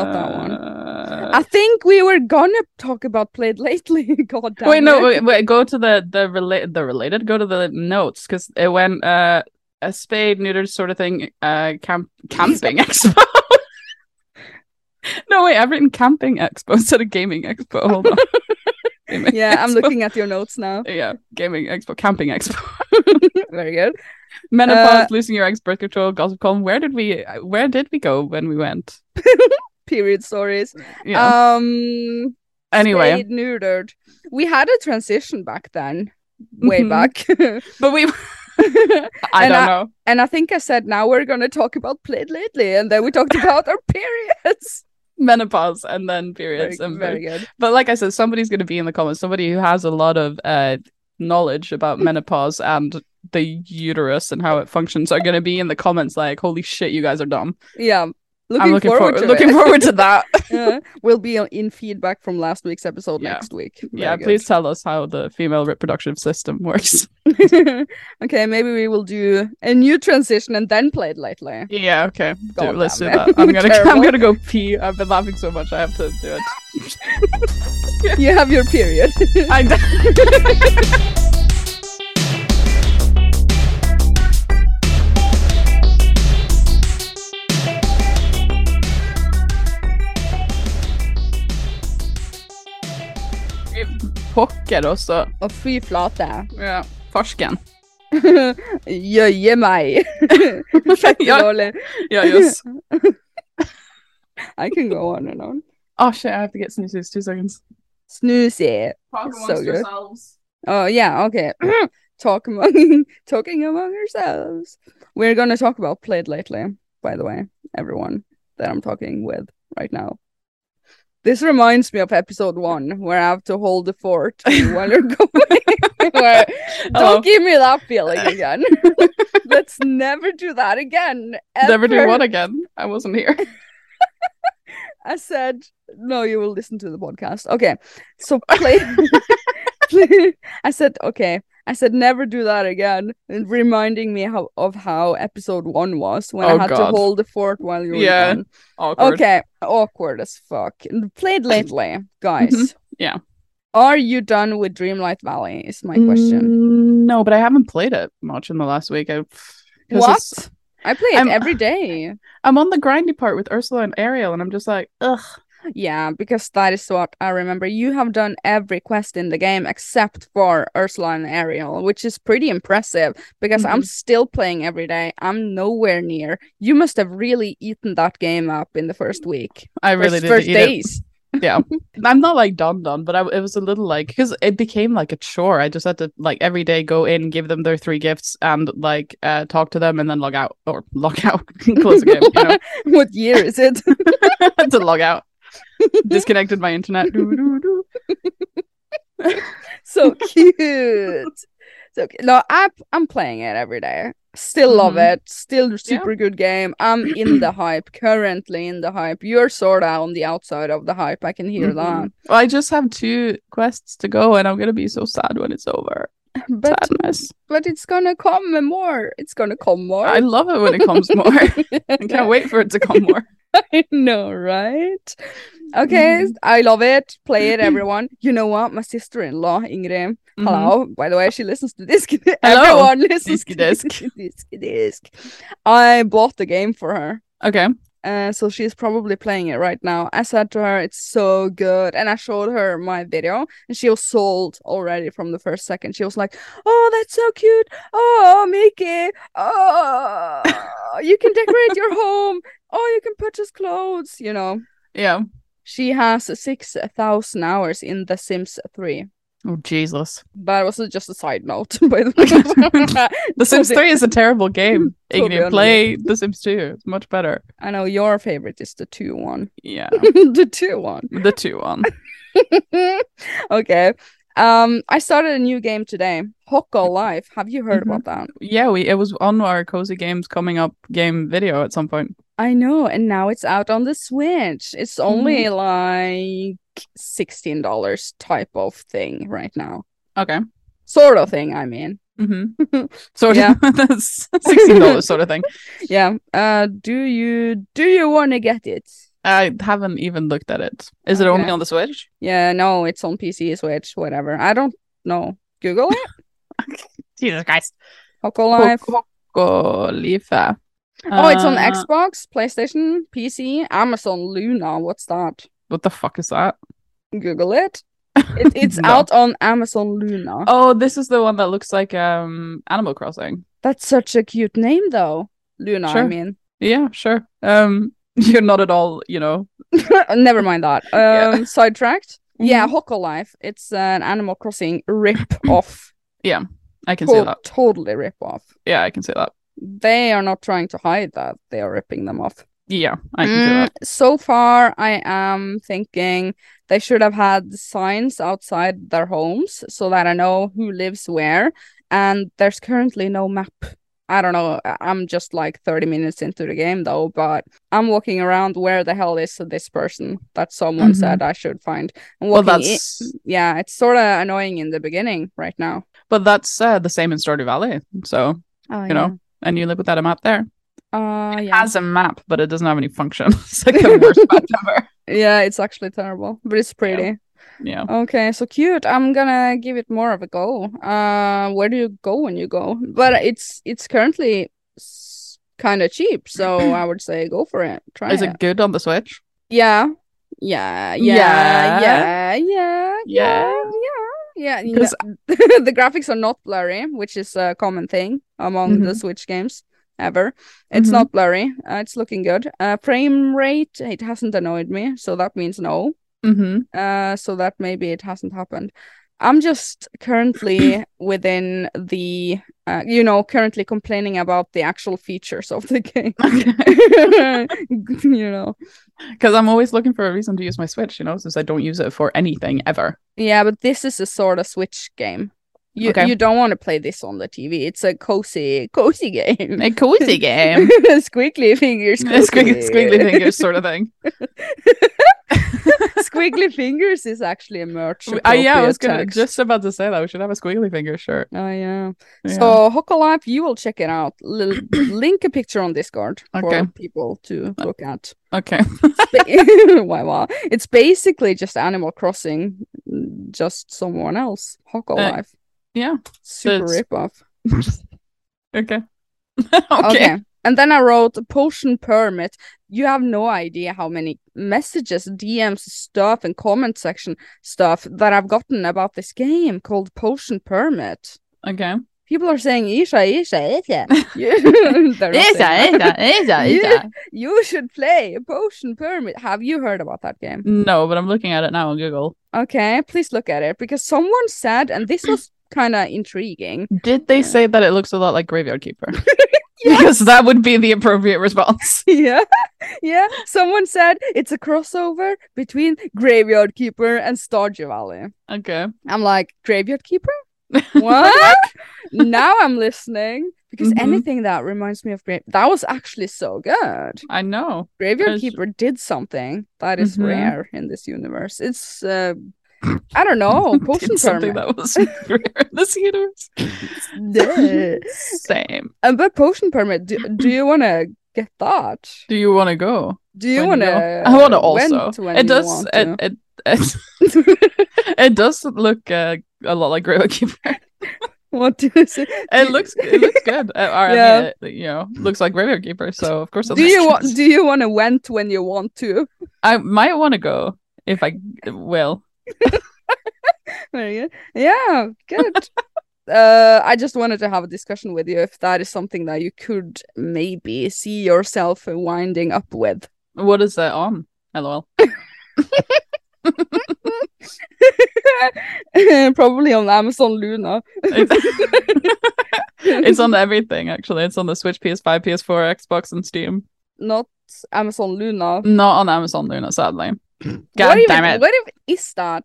Speaker 2: not that one.
Speaker 1: Uh,
Speaker 2: I think we were gonna talk about played lately. [laughs] God damn.
Speaker 1: wait, no,
Speaker 2: it.
Speaker 1: wait, wait, go to the the related the related. Go to the notes because it went uh a spade neutered sort of thing. Uh, camp
Speaker 2: [laughs]
Speaker 1: camping expo. [laughs] no wait, I've written camping expo [laughs] instead of gaming expo.
Speaker 2: [laughs]
Speaker 1: Hold on. Gaming
Speaker 2: Yeah, I'm
Speaker 1: [laughs] expo.
Speaker 2: looking at your notes
Speaker 1: [laughs]
Speaker 2: now.
Speaker 1: Yeah, gaming expo, camping expo, [laughs]
Speaker 2: Very good. Uh,
Speaker 1: menopause, losing your ex, birth control, gossip column. Where did we? Where did we go when we went?
Speaker 2: Period stories.
Speaker 1: Yeah.
Speaker 2: Um.
Speaker 1: anyway,
Speaker 2: spayed, neutered. We had a transition back then, way
Speaker 1: Mhm.
Speaker 2: back, [laughs]
Speaker 1: but we. [laughs] I
Speaker 2: And
Speaker 1: don't
Speaker 2: I-
Speaker 1: know.
Speaker 2: and I think I said now we're gonna talk about played lately, and then we talked about our periods.
Speaker 1: Menopause and then [laughs] periods
Speaker 2: very,
Speaker 1: and
Speaker 2: very good.
Speaker 1: But like I said, somebody's going to be in the comments. Somebody who has a lot of uh, knowledge about
Speaker 2: Mm.
Speaker 1: menopause and the uterus and how it functions are going to be in the comments like, "Holy shit, you guys are dumb."
Speaker 2: Yeah. Looking,
Speaker 1: I'm looking
Speaker 2: forward
Speaker 1: for-
Speaker 2: to
Speaker 1: [laughs] looking
Speaker 2: it.
Speaker 1: forward to that.
Speaker 2: Yeah. Uh-huh. We'll be on- in feedback from last week's episode
Speaker 1: Yeah.
Speaker 2: next week.
Speaker 1: yeah,
Speaker 2: [laughs] Very good.
Speaker 1: please tell us how the female reproductive system
Speaker 2: [laughs]
Speaker 1: works.
Speaker 2: okay, maybe we will do a new transition and then play it lately.
Speaker 1: yeah, okay. Do-
Speaker 2: God
Speaker 1: let's do
Speaker 2: damn
Speaker 1: that.
Speaker 2: it.
Speaker 1: I'm gonna I'm
Speaker 2: [laughs] Terrible.
Speaker 1: gonna go pee. I've been laughing so much. I have to do it.
Speaker 2: You have your period. [laughs]
Speaker 1: I [laughs] Pocker også.
Speaker 2: Och fy [laughs] flate.
Speaker 1: Ja. Farsken.
Speaker 2: Jöje
Speaker 1: [laughs]
Speaker 2: mig.
Speaker 1: ja,
Speaker 2: Dålig.
Speaker 1: ja, [laughs] just.
Speaker 2: I can go on and on.
Speaker 1: Oh shit, I have to get sneezes. Two seconds.
Speaker 2: Snusig.
Speaker 1: Talk
Speaker 2: amongst So good.
Speaker 1: yourselves.
Speaker 2: Oh yeah, okay. [clears throat] Talk among [laughs] talking among ourselves. We're gonna talk about played lately, by the way, everyone that I'm talking with right now. This reminds me of episode one where I have to hold the
Speaker 1: [laughs]
Speaker 2: fort while you're going. [laughs] where,
Speaker 1: Hello.
Speaker 2: don't give me that
Speaker 1: [laughs]
Speaker 2: feeling again. [laughs] Let's never do that again.
Speaker 1: Never do
Speaker 2: ever.
Speaker 1: what again. I
Speaker 2: [laughs]
Speaker 1: wasn't here.
Speaker 2: I said, no, you will listen to the podcast. Okay. So play. [laughs] play- I said, okay. I said, never do that again. And reminding me how, of how episode one was when
Speaker 1: Oh,
Speaker 2: I had to
Speaker 1: God.
Speaker 2: hold the fort while you were
Speaker 1: Yeah.
Speaker 2: gone.
Speaker 1: Awkward.
Speaker 2: Okay. Awkward as fuck. And Played lately, guys.
Speaker 1: Mm-hmm. Yeah.
Speaker 2: Are you done with Dreamlight Valley? Is my
Speaker 1: Mm,
Speaker 2: question.
Speaker 1: No, but I haven't played it much in the last week. I, 'cause it's-
Speaker 2: What? I play it
Speaker 1: Mm, I'm-
Speaker 2: every day.
Speaker 1: I'm on the grindy part with Ursula and Ariel, and I'm just like, ugh.
Speaker 2: Yeah, because that is what I remember. You have done every quest in the game except for Ursula and Ariel, which is pretty impressive because
Speaker 1: Mm-hmm.
Speaker 2: I'm still playing every day. I'm nowhere near. You must have really eaten that game up in the first week.
Speaker 1: I
Speaker 2: First,
Speaker 1: really did
Speaker 2: first
Speaker 1: eat it.
Speaker 2: days. [laughs]
Speaker 1: yeah i'm not like done done but I, it was a little like because it became like a chore i just had to like every day go in give them their three gifts and like uh talk to them and then log out or [laughs] log out close the game you know [laughs]
Speaker 2: what year is it? [laughs]
Speaker 1: had to log out disconnected
Speaker 2: [laughs]
Speaker 1: my internet Doo, doo, doo.
Speaker 2: so cute. So cu- no, I I'm playing it every day. Still love
Speaker 1: Mhm.
Speaker 2: it. Still super good game. I'm in
Speaker 1: [clears throat]
Speaker 2: the hype currently. In the hype. You're sorta on the outside of the hype. I can hear
Speaker 1: Mhm. well, i just have two quests to go and i'm gonna be so sad when it's over
Speaker 2: that. But
Speaker 1: sadness
Speaker 2: but it's gonna come more. It's gonna come more.
Speaker 1: i love it when it comes more
Speaker 2: [laughs]
Speaker 1: i can't wait for it to come more
Speaker 2: I know, right? Okay,
Speaker 1: Mhm.
Speaker 2: I love it. Play it, everyone. [clears throat] You know what? My sister-in-law, Ingrid.
Speaker 1: Mhm.
Speaker 2: [laughs] Hello. By the way, she listens to this. [laughs]
Speaker 1: Hello.
Speaker 2: Everyone listens
Speaker 1: Disky
Speaker 2: to
Speaker 1: disk.
Speaker 2: [laughs] Disky disk. I bought the game for her.
Speaker 1: okay
Speaker 2: Uh, so she's probably playing it right now. I said to her, "It's so good," and I showed her my video, and she was sold already from the first second. She was like, "Oh, that's so cute! Oh, Mickey! Oh, you can decorate your home! Oh, you can purchase clothes!" You know,
Speaker 1: yeah
Speaker 2: she has six thousand hours in The Sims Three.
Speaker 1: oh jesus
Speaker 2: But it was just a side note, [laughs] by the way. [laughs]
Speaker 1: The Sims
Speaker 2: Totally-
Speaker 1: 3 is a terrible
Speaker 2: [laughs]
Speaker 1: game.
Speaker 2: Totally
Speaker 1: Igni, play The Sims 2. It's much better.
Speaker 2: I know your favorite is the two one, [laughs]
Speaker 1: Yeah.
Speaker 2: the two one.
Speaker 1: [laughs] the 2 one.
Speaker 2: [laughs] okay. Um, I started a new game today, Hoko Life. Have you heard
Speaker 1: Mhm.
Speaker 2: about that?
Speaker 1: Yeah, we it was on our Cozy Games coming up game video at some point.
Speaker 2: I know, and now it's out on the Switch. It's only like sixteen dollars type of thing right now,
Speaker 1: Okay.
Speaker 2: sort of thing. I mean, [laughs]
Speaker 1: Mm-hmm. Sort
Speaker 2: Yeah.
Speaker 1: of. [laughs] That's $16 sort of thing.
Speaker 2: yeah. Uh, do you do you want to get it?
Speaker 1: I haven't even looked at it. Is it only
Speaker 2: Okay.
Speaker 1: on the Switch?
Speaker 2: Yeah, no, it's on PC, Switch, whatever. I don't know. Google it.
Speaker 1: Jesus Christ.
Speaker 2: Hoko Life.
Speaker 1: Cocolifa.
Speaker 2: Oh, it's on
Speaker 1: Uh,
Speaker 2: Xbox, PlayStation, PC, Amazon Luna. What's that?
Speaker 1: What the fuck is that?
Speaker 2: Google it.
Speaker 1: [laughs]
Speaker 2: it it's
Speaker 1: No.
Speaker 2: out on Amazon Luna.
Speaker 1: Oh, this is the one that looks like um Animal Crossing.
Speaker 2: That's such a cute name, though. Luna, I
Speaker 1: Sure.
Speaker 2: mean. [laughs]
Speaker 1: Yeah, sure. Um, [laughs] you're not at all, you know.
Speaker 2: Never mind that. Um,
Speaker 1: [laughs] Yeah. Mm-hmm.
Speaker 2: Sidetracked. Yeah, Hoko Life. It's an Animal Crossing rip off.
Speaker 1: I [laughs] can say
Speaker 2: To-
Speaker 1: that.
Speaker 2: totally rip off.
Speaker 1: Yeah, I can say that.
Speaker 2: They are not trying to hide that. They are ripping them off.
Speaker 1: Yeah, I can say
Speaker 2: Mm,
Speaker 1: that.
Speaker 2: So far, I am thinking they should have had signs outside their homes so that I know who lives where. And there's currently no map. I don't know. I- I'm just like 30 minutes into the game though, but I'm walking around where the hell is this person that someone
Speaker 1: Mhm.
Speaker 2: said I should find. And
Speaker 1: Well,
Speaker 2: walking i-
Speaker 1: that's
Speaker 2: yeah, it's sort of annoying in the beginning right now.
Speaker 1: but that's uh, the same in Stardew Valley. So
Speaker 2: Oh,
Speaker 1: You know, and you live without a map there.
Speaker 2: Uh, yeah.
Speaker 1: Has a map, but it doesn't have any function. [laughs] it's like the worst
Speaker 2: [laughs]
Speaker 1: map ever.
Speaker 2: Yeah, it's actually terrible, but it's pretty.
Speaker 1: Yeah.
Speaker 2: Okay, so cute. I'm gonna give it more of a go. Uh, where do you go when you go? But it's it's currently kind of cheap, so I would say go for it. Try
Speaker 1: Is
Speaker 2: it.
Speaker 1: it good on the Switch?
Speaker 2: Yeah. Yeah, yeah,
Speaker 1: Yeah.
Speaker 2: yeah, yeah,
Speaker 1: Yeah.
Speaker 2: yeah, yeah, yeah. you
Speaker 1: 'Cause-
Speaker 2: know, [laughs] the graphics are not blurry, which is a common thing among
Speaker 1: Mm-hmm.
Speaker 2: the Switch games ever. It's
Speaker 1: Mhm.
Speaker 2: not blurry. Uh, it's looking good. Uh, frame rate, it hasn't annoyed me, so that means no.
Speaker 1: Mm-hmm.
Speaker 2: Uh, so that maybe it hasn't happened. I'm just
Speaker 1: [clears throat]
Speaker 2: currently within the, uh, you know, currently complaining about the actual features of the game. [laughs] you know,
Speaker 1: Because I'm always looking for a reason to use my Switch, you know, since I don't use it for anything ever.
Speaker 2: yeah, but this is a sort of Switch game. You
Speaker 1: Okay.
Speaker 2: you don't want to play this on the TV. It's a cozy, cozy game. [laughs]
Speaker 1: A cozy game.
Speaker 2: squiggly
Speaker 1: [laughs]
Speaker 2: fingers,
Speaker 1: squiggly, squiggly
Speaker 2: cozy.
Speaker 1: fingers sort of thing.
Speaker 2: [laughs] squiggly fingers is actually a merch.
Speaker 1: Uh, yeah, I was gonna
Speaker 2: appropriate text.
Speaker 1: just about to say that we should have a squiggly finger shirt.
Speaker 2: Oh yeah.
Speaker 1: Yeah.
Speaker 2: So Hoka Life, you will check it out. L-
Speaker 1: [clears throat]
Speaker 2: link a picture on Discord
Speaker 1: Okay. Uh,
Speaker 2: for people to look at. [laughs]
Speaker 1: okay. [laughs]
Speaker 2: Ba- Why wow. It's basically just Animal Crossing mm, just someone else. Hawk
Speaker 1: Uh,
Speaker 2: Life.
Speaker 1: Yeah.
Speaker 2: Super
Speaker 1: it's-
Speaker 2: rip off.
Speaker 1: Okay.
Speaker 2: Okay.
Speaker 1: [laughs] okay.
Speaker 2: And then I wrote potion permit. You have no idea how many messages, DMs, stuff, and comment section stuff that I've gotten about this game called Potion Permit.
Speaker 1: Okay.
Speaker 2: People are saying Isha, Isha,
Speaker 1: [laughs]
Speaker 2: Isha. [laughs] You- They're not saying that.
Speaker 1: Isa, [laughs]
Speaker 2: Yeah. You should play Potion Permit. Have you heard about that game?
Speaker 1: No, but I'm looking at it now on Google.
Speaker 2: Okay, please look at it because someone said, and this was kind of intriguing. [laughs]
Speaker 1: Did they
Speaker 2: Yeah.
Speaker 1: say that it looks a lot like Graveyard [laughs] Keeper? Because that would be the appropriate response.
Speaker 2: yeah, yeah. Someone said it's a crossover between Graveyard Keeper and Stardew Valley.
Speaker 1: Okay.
Speaker 2: I'm like, Graveyard Keeper?
Speaker 1: [laughs]
Speaker 2: What? now I'm listening because
Speaker 1: Mhm.
Speaker 2: anything that reminds me of Grave that was actually so good.
Speaker 1: I know.
Speaker 2: Graveyard
Speaker 1: Yes.
Speaker 2: Keeper did something that is
Speaker 1: Mhm.
Speaker 2: rare in this universe. It's uh, I don't know,
Speaker 1: [laughs] Did
Speaker 2: potion
Speaker 1: something
Speaker 2: permit.
Speaker 1: that was rare in this universe.
Speaker 2: Yeah.
Speaker 1: Same.
Speaker 2: And but er potion permit, do, do you want to get that?
Speaker 1: Do you want to go?
Speaker 2: Do you want
Speaker 1: When you go?
Speaker 2: to?
Speaker 1: I want to also. It does. It, it, it, [laughs] it does look uh, a lot like Graveyard Keeper.
Speaker 2: [laughs] what do you say?
Speaker 1: [laughs] It
Speaker 2: Do-
Speaker 1: looks it looks good. Uh, Or, I
Speaker 2: Yeah.
Speaker 1: mean, it, you know, looks like Graveyard Keeper. So of course, I'll
Speaker 2: [laughs] Do you
Speaker 1: want?
Speaker 2: want? Do you want to went when you want to? [laughs]
Speaker 1: I might want to go if I will.
Speaker 2: Very good. Yeah, good. [laughs] uh, I just wanted to have a discussion with you if that is something that you could maybe see yourself winding up with. [laughs]
Speaker 1: What is that on? LOL.
Speaker 2: Probably on Amazon Luna. [laughs]
Speaker 1: It's, [laughs] it's on everything actually. It's on the Switch, PS5, PS4, Xbox, and Steam.
Speaker 2: Not Amazon Luna.
Speaker 1: Not on Amazon Luna,
Speaker 2: [clears throat]
Speaker 1: sadly. God
Speaker 2: what even-
Speaker 1: damn it!
Speaker 2: What if is that?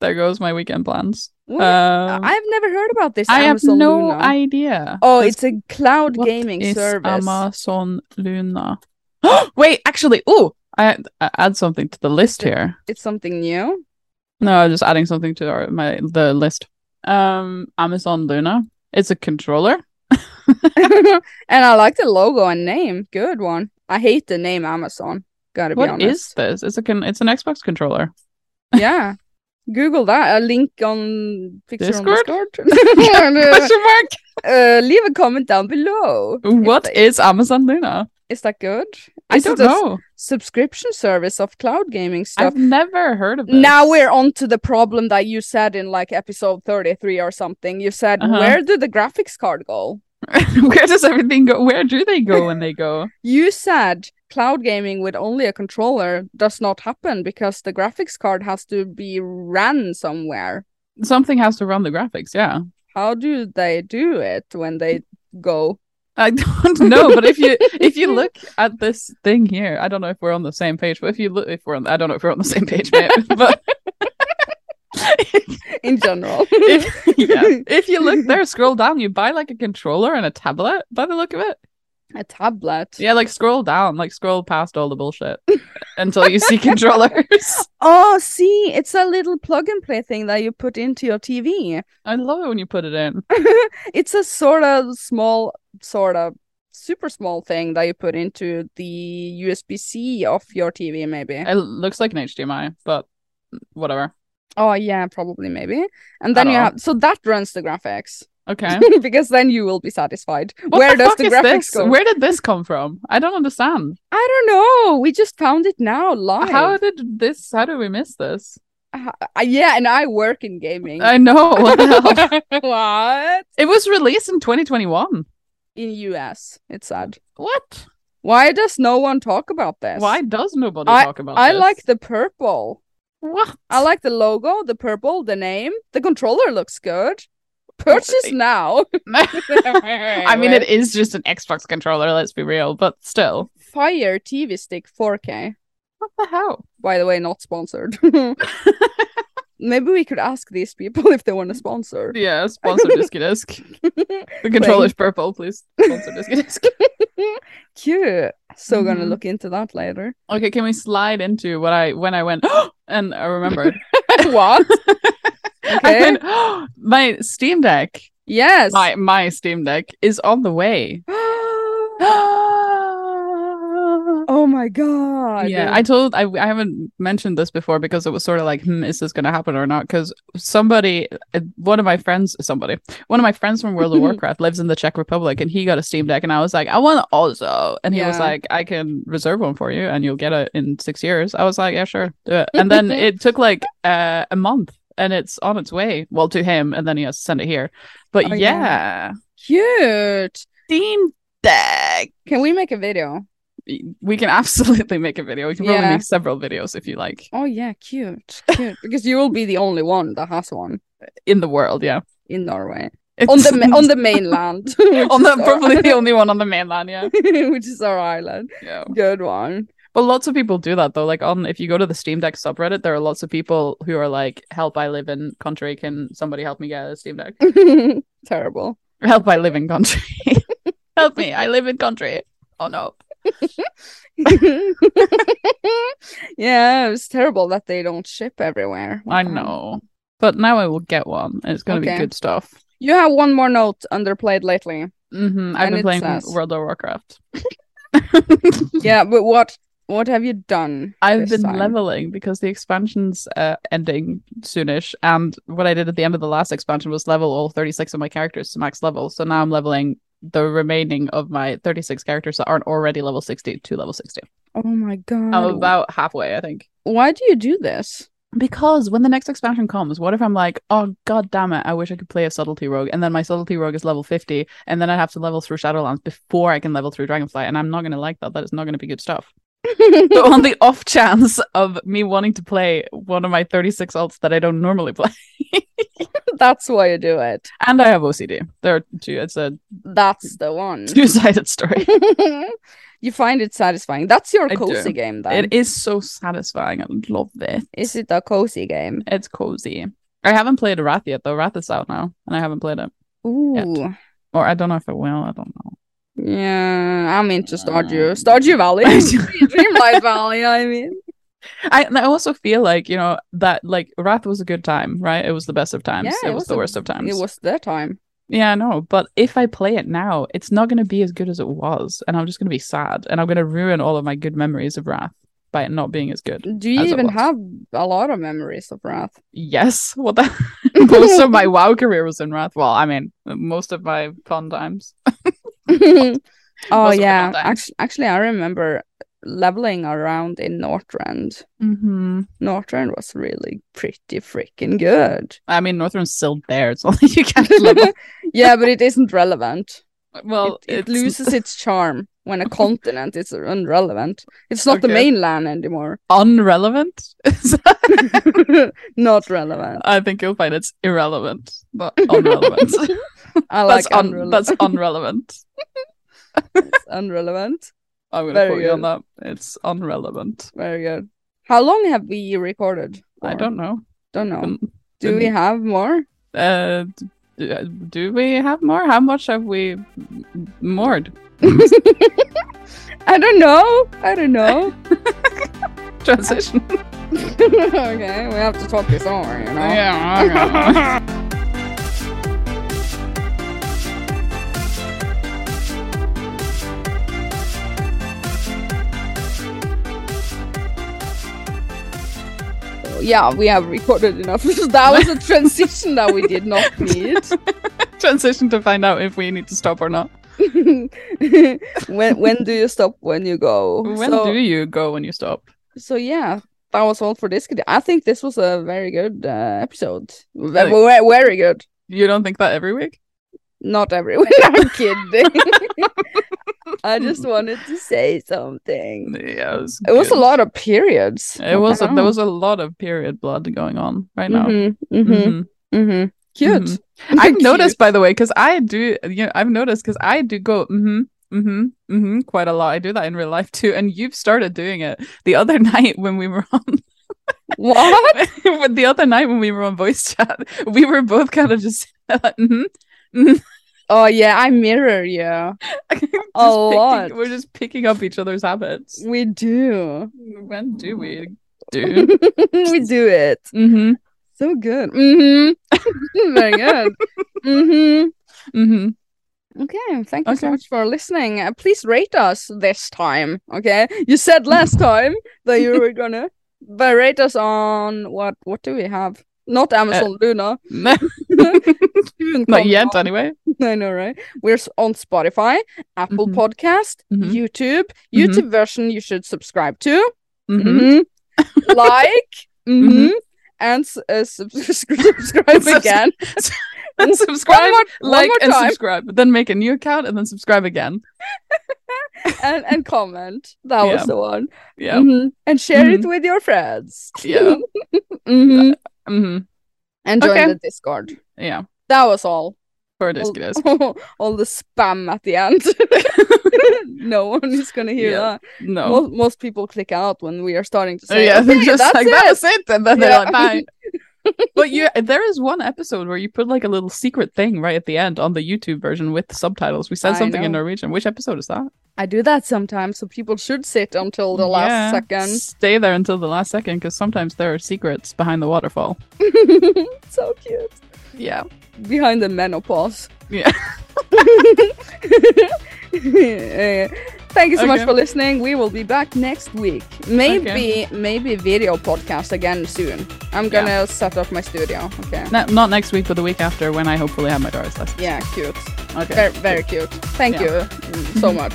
Speaker 1: There goes my weekend plans.
Speaker 2: What-
Speaker 1: Um,
Speaker 2: I've never heard about this.
Speaker 1: I have
Speaker 2: Amazon
Speaker 1: no
Speaker 2: Luna.
Speaker 1: idea.
Speaker 2: Oh,
Speaker 1: That's
Speaker 2: it's a cloud
Speaker 1: What
Speaker 2: gaming
Speaker 1: is
Speaker 2: service.
Speaker 1: Amazon Luna. [gasps] Wait, actually, oh, I, I add something to the list here.
Speaker 2: it's something
Speaker 1: [laughs]
Speaker 2: new. [laughs]
Speaker 1: No, I'm just adding something to our my the list. Um, Amazon Luna. It's a controller.
Speaker 2: and I like the logo and name. Good one. I hate the name Amazon. Gotta be
Speaker 1: What is [laughs]
Speaker 2: honest.
Speaker 1: this? It's a con- it's an Xbox controller.
Speaker 2: yeah. Google that. A link on picture on
Speaker 1: Discord? [laughs]
Speaker 2: [laughs] Discord.
Speaker 1: Question mark.
Speaker 2: uh, leave a comment down below.
Speaker 1: What is Amazon Luna?
Speaker 2: Is that good?
Speaker 1: I
Speaker 2: Is
Speaker 1: don't
Speaker 2: it a s-
Speaker 1: know.
Speaker 2: Subscription service of cloud gaming stuff.
Speaker 1: I've never heard of this.
Speaker 2: now we're on to the problem that you said in like episode 33 or something. You said,
Speaker 1: Uh-huh.
Speaker 2: where do the graphics card go?
Speaker 1: [laughs] Where does everything go? Where do they go when they go?
Speaker 2: You said cloud gaming with only a controller does not happen because the graphics card has to be ran somewhere.
Speaker 1: Something has to run the graphics. Yeah.
Speaker 2: How do they do it when they go? [laughs]
Speaker 1: I [laughs] don't know, but if you if you look at this thing here, I don't know if we're on the same page, but if you look if we're on I don't know if we're on the same page, mate, [laughs] but
Speaker 2: In general.
Speaker 1: [laughs] if, yeah, if you look there, scroll down, you buy like a controller and a tablet by the look of it.
Speaker 2: a tablet.
Speaker 1: Yeah, like scroll down, like scroll past all the bullshit [laughs] until you see controllers. [laughs]
Speaker 2: Oh, see, it's a little plug and play thing that you put into your TV.
Speaker 1: I love it when you put it in.
Speaker 2: [laughs] It's a sort of small, sort of super small thing that you put into the USB C of your TV, maybe.
Speaker 1: It looks like an HDMI, but whatever.
Speaker 2: Oh, yeah, probably, maybe. And then
Speaker 1: don't
Speaker 2: you
Speaker 1: know.
Speaker 2: have, so that runs the graphics.
Speaker 1: Okay.
Speaker 2: [laughs] because then you will be satisfied.
Speaker 1: [laughs] What
Speaker 2: Where
Speaker 1: the
Speaker 2: does
Speaker 1: fuck
Speaker 2: the
Speaker 1: is
Speaker 2: graphics
Speaker 1: this?
Speaker 2: go?
Speaker 1: Where did this come from? I don't understand.
Speaker 2: I don't know. We just found it now live.
Speaker 1: How did this? How did we miss this?
Speaker 2: Uh, yeah, and I work in gaming.
Speaker 1: I know. [laughs] What the
Speaker 2: [laughs]
Speaker 1: hell?
Speaker 2: what?
Speaker 1: It was released in 2021.
Speaker 2: In US, it's sad.
Speaker 1: What?
Speaker 2: Why does no one talk about this?
Speaker 1: Why does nobody talk about
Speaker 2: I
Speaker 1: this?
Speaker 2: like the purple.
Speaker 1: what?
Speaker 2: I like the logo, the purple, the name. The controller looks good. Purchase
Speaker 1: Wait.
Speaker 2: now. [laughs]
Speaker 1: [laughs] I mean, it is just an Xbox controller. Let's be real, but still,
Speaker 2: Fire TV stick 4K.
Speaker 1: what the hell?
Speaker 2: By the way, not sponsored. [laughs] Maybe we could ask these people if they want to sponsor. [laughs]
Speaker 1: Yeah, sponsor Disky Disk. The controller's purple, please. Sponsor Disky Disk.
Speaker 2: Cute. So gonna
Speaker 1: Mhm.
Speaker 2: look into that
Speaker 1: [laughs]
Speaker 2: later.
Speaker 1: Okay, can we slide into what I when I went [gasps] and I remembered?
Speaker 2: what?
Speaker 1: [laughs] I
Speaker 2: [laughs]
Speaker 1: [laughs]
Speaker 2: Okay.
Speaker 1: went, [gasps] my Steam Deck,
Speaker 2: Yes. [gasps]
Speaker 1: my my Steam Deck is on the way.
Speaker 2: oh
Speaker 1: oh
Speaker 2: my Oh my god.
Speaker 1: yeah, I told I I haven't mentioned this before because it was sort of like, hmm, is this going to happen or not? Because somebody, uh, one of my friends, somebody, one of my friends
Speaker 2: [laughs]
Speaker 1: from World of Warcraft lives in the Czech Republic, and he got a Steam Deck, and I was like, I want also, and he was
Speaker 2: Yeah.
Speaker 1: like, I can reserve one for you, and you'll get it in six years. I was like, yeah, sure, do it.
Speaker 2: [laughs]
Speaker 1: And then it took like uh, a month, and it's on its way, well, to him, and then he has to send it here. But
Speaker 2: Oh, yeah.
Speaker 1: yeah,
Speaker 2: cute.
Speaker 1: Steam Deck.
Speaker 2: Can we make a video?
Speaker 1: We can absolutely make a video. We can probably
Speaker 2: Yeah.
Speaker 1: make several videos if you like.
Speaker 2: Oh yeah, cute.
Speaker 1: [laughs]
Speaker 2: Cute. because you will be the only one that has one
Speaker 1: in the world. Yeah,
Speaker 2: in Norway. On the ma- on the mainland. which [laughs]
Speaker 1: [laughs] on the
Speaker 2: is our-
Speaker 1: probably the only one on the Oh. mainland. Yeah,
Speaker 2: [laughs] which is our island.
Speaker 1: yeah.
Speaker 2: Good one. [laughs]
Speaker 1: But lots of people do that though. Like on if you go to the Steam Deck subreddit, there are lots of people who are like, "Help! I live in country. Can somebody help me get a Steam Deck? [laughs]
Speaker 2: Terrible. [laughs]
Speaker 1: Help! I live in country. [laughs] help me! I live in country. Oh no."
Speaker 2: yeah, it's terrible that they don't ship everywhere.
Speaker 1: I
Speaker 2: Wow.
Speaker 1: know. But now I will get one. and It's gonna
Speaker 2: Mm-hmm. Okay.
Speaker 1: be good stuff.
Speaker 2: You have one more note underplayed lately.
Speaker 1: [laughs] hmm I've
Speaker 2: And
Speaker 1: been
Speaker 2: it
Speaker 1: playing
Speaker 2: says-
Speaker 1: World of Warcraft.
Speaker 2: yeah, but what what have you done?
Speaker 1: I've
Speaker 2: this
Speaker 1: been
Speaker 2: time?
Speaker 1: leveling because the expansion's uh, ending soonish, and what I did at the end of the last expansion was level all 36 of my characters to max level. So now I'm leveling the remaining of my 36 characters that aren't already level 60 to level 60.
Speaker 2: Oh my god.
Speaker 1: I'm about halfway, I think.
Speaker 2: Why do you do this? [laughs]
Speaker 1: Because when the next expansion comes, what if I'm like, oh god damn it, I wish I could play a subtlety rogue, and then my subtlety rogue is level 50, and then I have to level through Shadowlands before I can level through Dragonfly, and I'm not gonna like that. That is not gonna be good stuff. So on the off chance of me wanting to play one of my 36 alts that I don't normally play, [laughs]
Speaker 2: That's why you do it.
Speaker 1: and I have OCD. There are two. It's a
Speaker 2: That's the
Speaker 1: [laughs]
Speaker 2: one. [laughs]
Speaker 1: two-sided story.
Speaker 2: you find it satisfying. That's your
Speaker 1: I do.
Speaker 2: cozy game then.
Speaker 1: it is so satisfying. I love it.
Speaker 2: Is it a cozy game?
Speaker 1: It's cozy. I haven't played Wrath yet though. Wrath is out now, and I haven't played it.
Speaker 2: Ooh.
Speaker 1: Or I don't know if it will. I don't know.
Speaker 2: Yeah, I'm into Stardew.
Speaker 1: Um,
Speaker 2: Stardew
Speaker 1: [laughs]
Speaker 2: Valley. [laughs] Dreamlight Valley, I mean.
Speaker 1: I, and I also feel like you know that like Wrath was a good time, right? It was the best of times.
Speaker 2: Yeah,
Speaker 1: it,
Speaker 2: it
Speaker 1: was,
Speaker 2: was
Speaker 1: the
Speaker 2: a-
Speaker 1: worst of times.
Speaker 2: It was their time.
Speaker 1: Yeah, I know. But if I play it now, it's not going to be as good as it was. And I'm just going to be sad. And I'm going to ruin all of my good memories of Wrath by it not being as good.
Speaker 2: Do you
Speaker 1: As it
Speaker 2: even
Speaker 1: was.
Speaker 2: have a lot of memories of Wrath?
Speaker 1: [laughs] Yes. What the? [laughs] most of my WoW career was in Wrath. Well, I mean, most of my fun times.
Speaker 2: oh [laughs]
Speaker 1: Most of the
Speaker 2: yeah,
Speaker 1: mountains.
Speaker 2: actually, actually, I remember leveling around in Northrend.
Speaker 1: Mm-hmm.
Speaker 2: Northrend was really pretty freaking good.
Speaker 1: I mean, Northrend's still there. It's only [laughs]
Speaker 2: [laughs]
Speaker 1: you can't level.
Speaker 2: yeah, but it isn't relevant.
Speaker 1: Well,
Speaker 2: it, it
Speaker 1: it's-
Speaker 2: loses its charm
Speaker 1: [laughs]
Speaker 2: when a continent is irrelevant. It's not the
Speaker 1: Okay.
Speaker 2: mainland anymore. [laughs]
Speaker 1: unrelevant. [laughs]
Speaker 2: not relevant.
Speaker 1: I think you'll find it's irrelevant,
Speaker 2: [laughs]
Speaker 1: but unrelevant.
Speaker 2: I
Speaker 1: that's,
Speaker 2: like
Speaker 1: un-
Speaker 2: unrelevant.
Speaker 1: that's unrelevant.
Speaker 2: [laughs] unrelevant.
Speaker 1: I'm going to
Speaker 2: Very
Speaker 1: quote you on that. It's unrelevant.
Speaker 2: Very good. How long have we recorded?
Speaker 1: I
Speaker 2: for?
Speaker 1: don't know.
Speaker 2: don't know.
Speaker 1: Um,
Speaker 2: Do we
Speaker 1: didn't-
Speaker 2: have more?
Speaker 1: Uh, d- uh, do we have more? How much have we m- moored? [laughs]
Speaker 2: I don't know. I don't
Speaker 1: [laughs]
Speaker 2: know. [laughs]
Speaker 1: Transition.
Speaker 2: okay, we have to talk this over, you know.
Speaker 1: Yeah. okay.
Speaker 2: Yeah, we have recorded enough. [laughs] that
Speaker 1: [laughs]
Speaker 2: was a transition that we did not need.
Speaker 1: [laughs]
Speaker 2: [laughs]
Speaker 1: Transition to find out if we need to stop or not.
Speaker 2: when when do you stop? When you go?
Speaker 1: When
Speaker 2: Oh, so,
Speaker 1: do you go when you stop?
Speaker 2: so yeah, that was all for this. kid. I think this was a very good uh, episode. Ve-
Speaker 1: Like-
Speaker 2: ve- very good.
Speaker 1: You don't think that every week?
Speaker 2: Not everyone. [laughs] I'm kidding. I
Speaker 1: [laughs]
Speaker 2: just wanted to say something.
Speaker 1: Yeah, it was,
Speaker 2: It was a
Speaker 1: good.
Speaker 2: lot of periods.
Speaker 1: It was a, there was a lot of period blood going on right now.
Speaker 2: Mm-hmm, mm-hmm,
Speaker 1: Mhm.
Speaker 2: mm-hmm. Cute.
Speaker 1: Mhm. [laughs]
Speaker 2: [laughs]
Speaker 1: I've
Speaker 2: Cute.
Speaker 1: noticed, by the way, because I do. You know, I've noticed because I do go mm-hmm, mm-hmm, mm-hmm quite a lot. I do that in real life too, and you've started doing it the other [laughs] night when we were on [laughs]
Speaker 2: What?
Speaker 1: But the other night when we were on voice chat, [laughs] we were both kind of just, [laughs] mhm, mhm,
Speaker 2: Oh yeah, I mirror
Speaker 1: [laughs]
Speaker 2: you.
Speaker 1: just
Speaker 2: lot.
Speaker 1: Picking, we're just picking up each other's habits.
Speaker 2: We do.
Speaker 1: When do
Speaker 2: [laughs]
Speaker 1: we do?
Speaker 2: we do it.
Speaker 1: mm-hmm,
Speaker 2: [laughs]
Speaker 1: [laughs]
Speaker 2: So good. Mm-hmm. Very good. mm-hmm.
Speaker 1: mm-hmm. [laughs]
Speaker 2: Okay, thank you so
Speaker 1: Okay.
Speaker 2: much for listening. Uh, please rate us this time. Okay, you said last
Speaker 1: [laughs]
Speaker 2: time that you were gonna, but rate us on what? What do we have? Not Amazon Luna. Soon
Speaker 1: Uh, Not
Speaker 2: come
Speaker 1: yet, anyway.
Speaker 2: I know, right? We're s- on Spotify, Apple
Speaker 1: Mhm.
Speaker 2: Podcast,
Speaker 1: Mhm.
Speaker 2: YouTube.
Speaker 1: Mhm.
Speaker 2: YouTube version you should subscribe to.
Speaker 1: [laughs] Mhm.
Speaker 2: Mhm. like, mhm,
Speaker 1: Mhm.
Speaker 2: and s- [laughs] uh, sub- subscribe
Speaker 1: Subs- [laughs]
Speaker 2: again.
Speaker 1: subscribe,
Speaker 2: more- one
Speaker 1: like,
Speaker 2: more
Speaker 1: and
Speaker 2: time.
Speaker 1: subscribe. Then make a new account and then subscribe again.
Speaker 2: and, and comment. That
Speaker 1: Yeah.
Speaker 2: was the one.
Speaker 1: Yeah. Mm-hmm.
Speaker 2: Mhm. And share it with your friends. [laughs]
Speaker 1: Yeah.
Speaker 2: Mhm.
Speaker 1: hmm
Speaker 2: And join
Speaker 1: Okay.
Speaker 2: the Discord.
Speaker 1: Yeah.
Speaker 2: That was all.
Speaker 1: For
Speaker 2: All,
Speaker 1: Discord.
Speaker 2: [laughs] all the spam at the end. [laughs] no one is going to hear
Speaker 1: Yeah.
Speaker 2: that.
Speaker 1: No.
Speaker 2: Most, most people click out when we are starting to
Speaker 1: Oh,
Speaker 2: say,
Speaker 1: [laughs] yeah, they're
Speaker 2: "Okay,
Speaker 1: [laughs] just
Speaker 2: that's
Speaker 1: like
Speaker 2: it.
Speaker 1: that was it, and then
Speaker 2: Yeah.
Speaker 1: they're
Speaker 2: [laughs]
Speaker 1: like, bye. but you, there is one episode where you put like a little secret thing right at the end on the YouTube version with subtitles. We said
Speaker 2: I
Speaker 1: something in
Speaker 2: know.
Speaker 1: Norwegian. Which episode is that?
Speaker 2: I do that sometimes, so people should sit until the
Speaker 1: Yeah.
Speaker 2: last second.
Speaker 1: Stay there until the last second because sometimes there are secrets behind the waterfall.
Speaker 2: so cute.
Speaker 1: Yeah.
Speaker 2: Behind the menopause.
Speaker 1: Yeah.
Speaker 2: [laughs] Eh, Thank you so much
Speaker 1: Okay.
Speaker 2: for listening. We will be back next week. Maybe maybe video podcast again soon. I'm
Speaker 1: Yeah.
Speaker 2: gonna set up my studio. Okay.
Speaker 1: No, not next week, but the week after when I hopefully have my driver's license.
Speaker 2: Yeah, cute.
Speaker 1: Okay.
Speaker 2: Very very cute. Thank
Speaker 1: Yeah.
Speaker 2: [laughs]
Speaker 1: [laughs]
Speaker 2: you so much.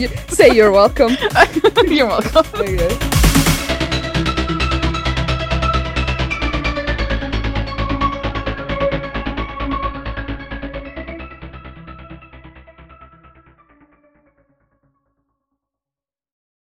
Speaker 2: You- Say you're welcome.
Speaker 1: [laughs] You're welcome.
Speaker 2: Okay.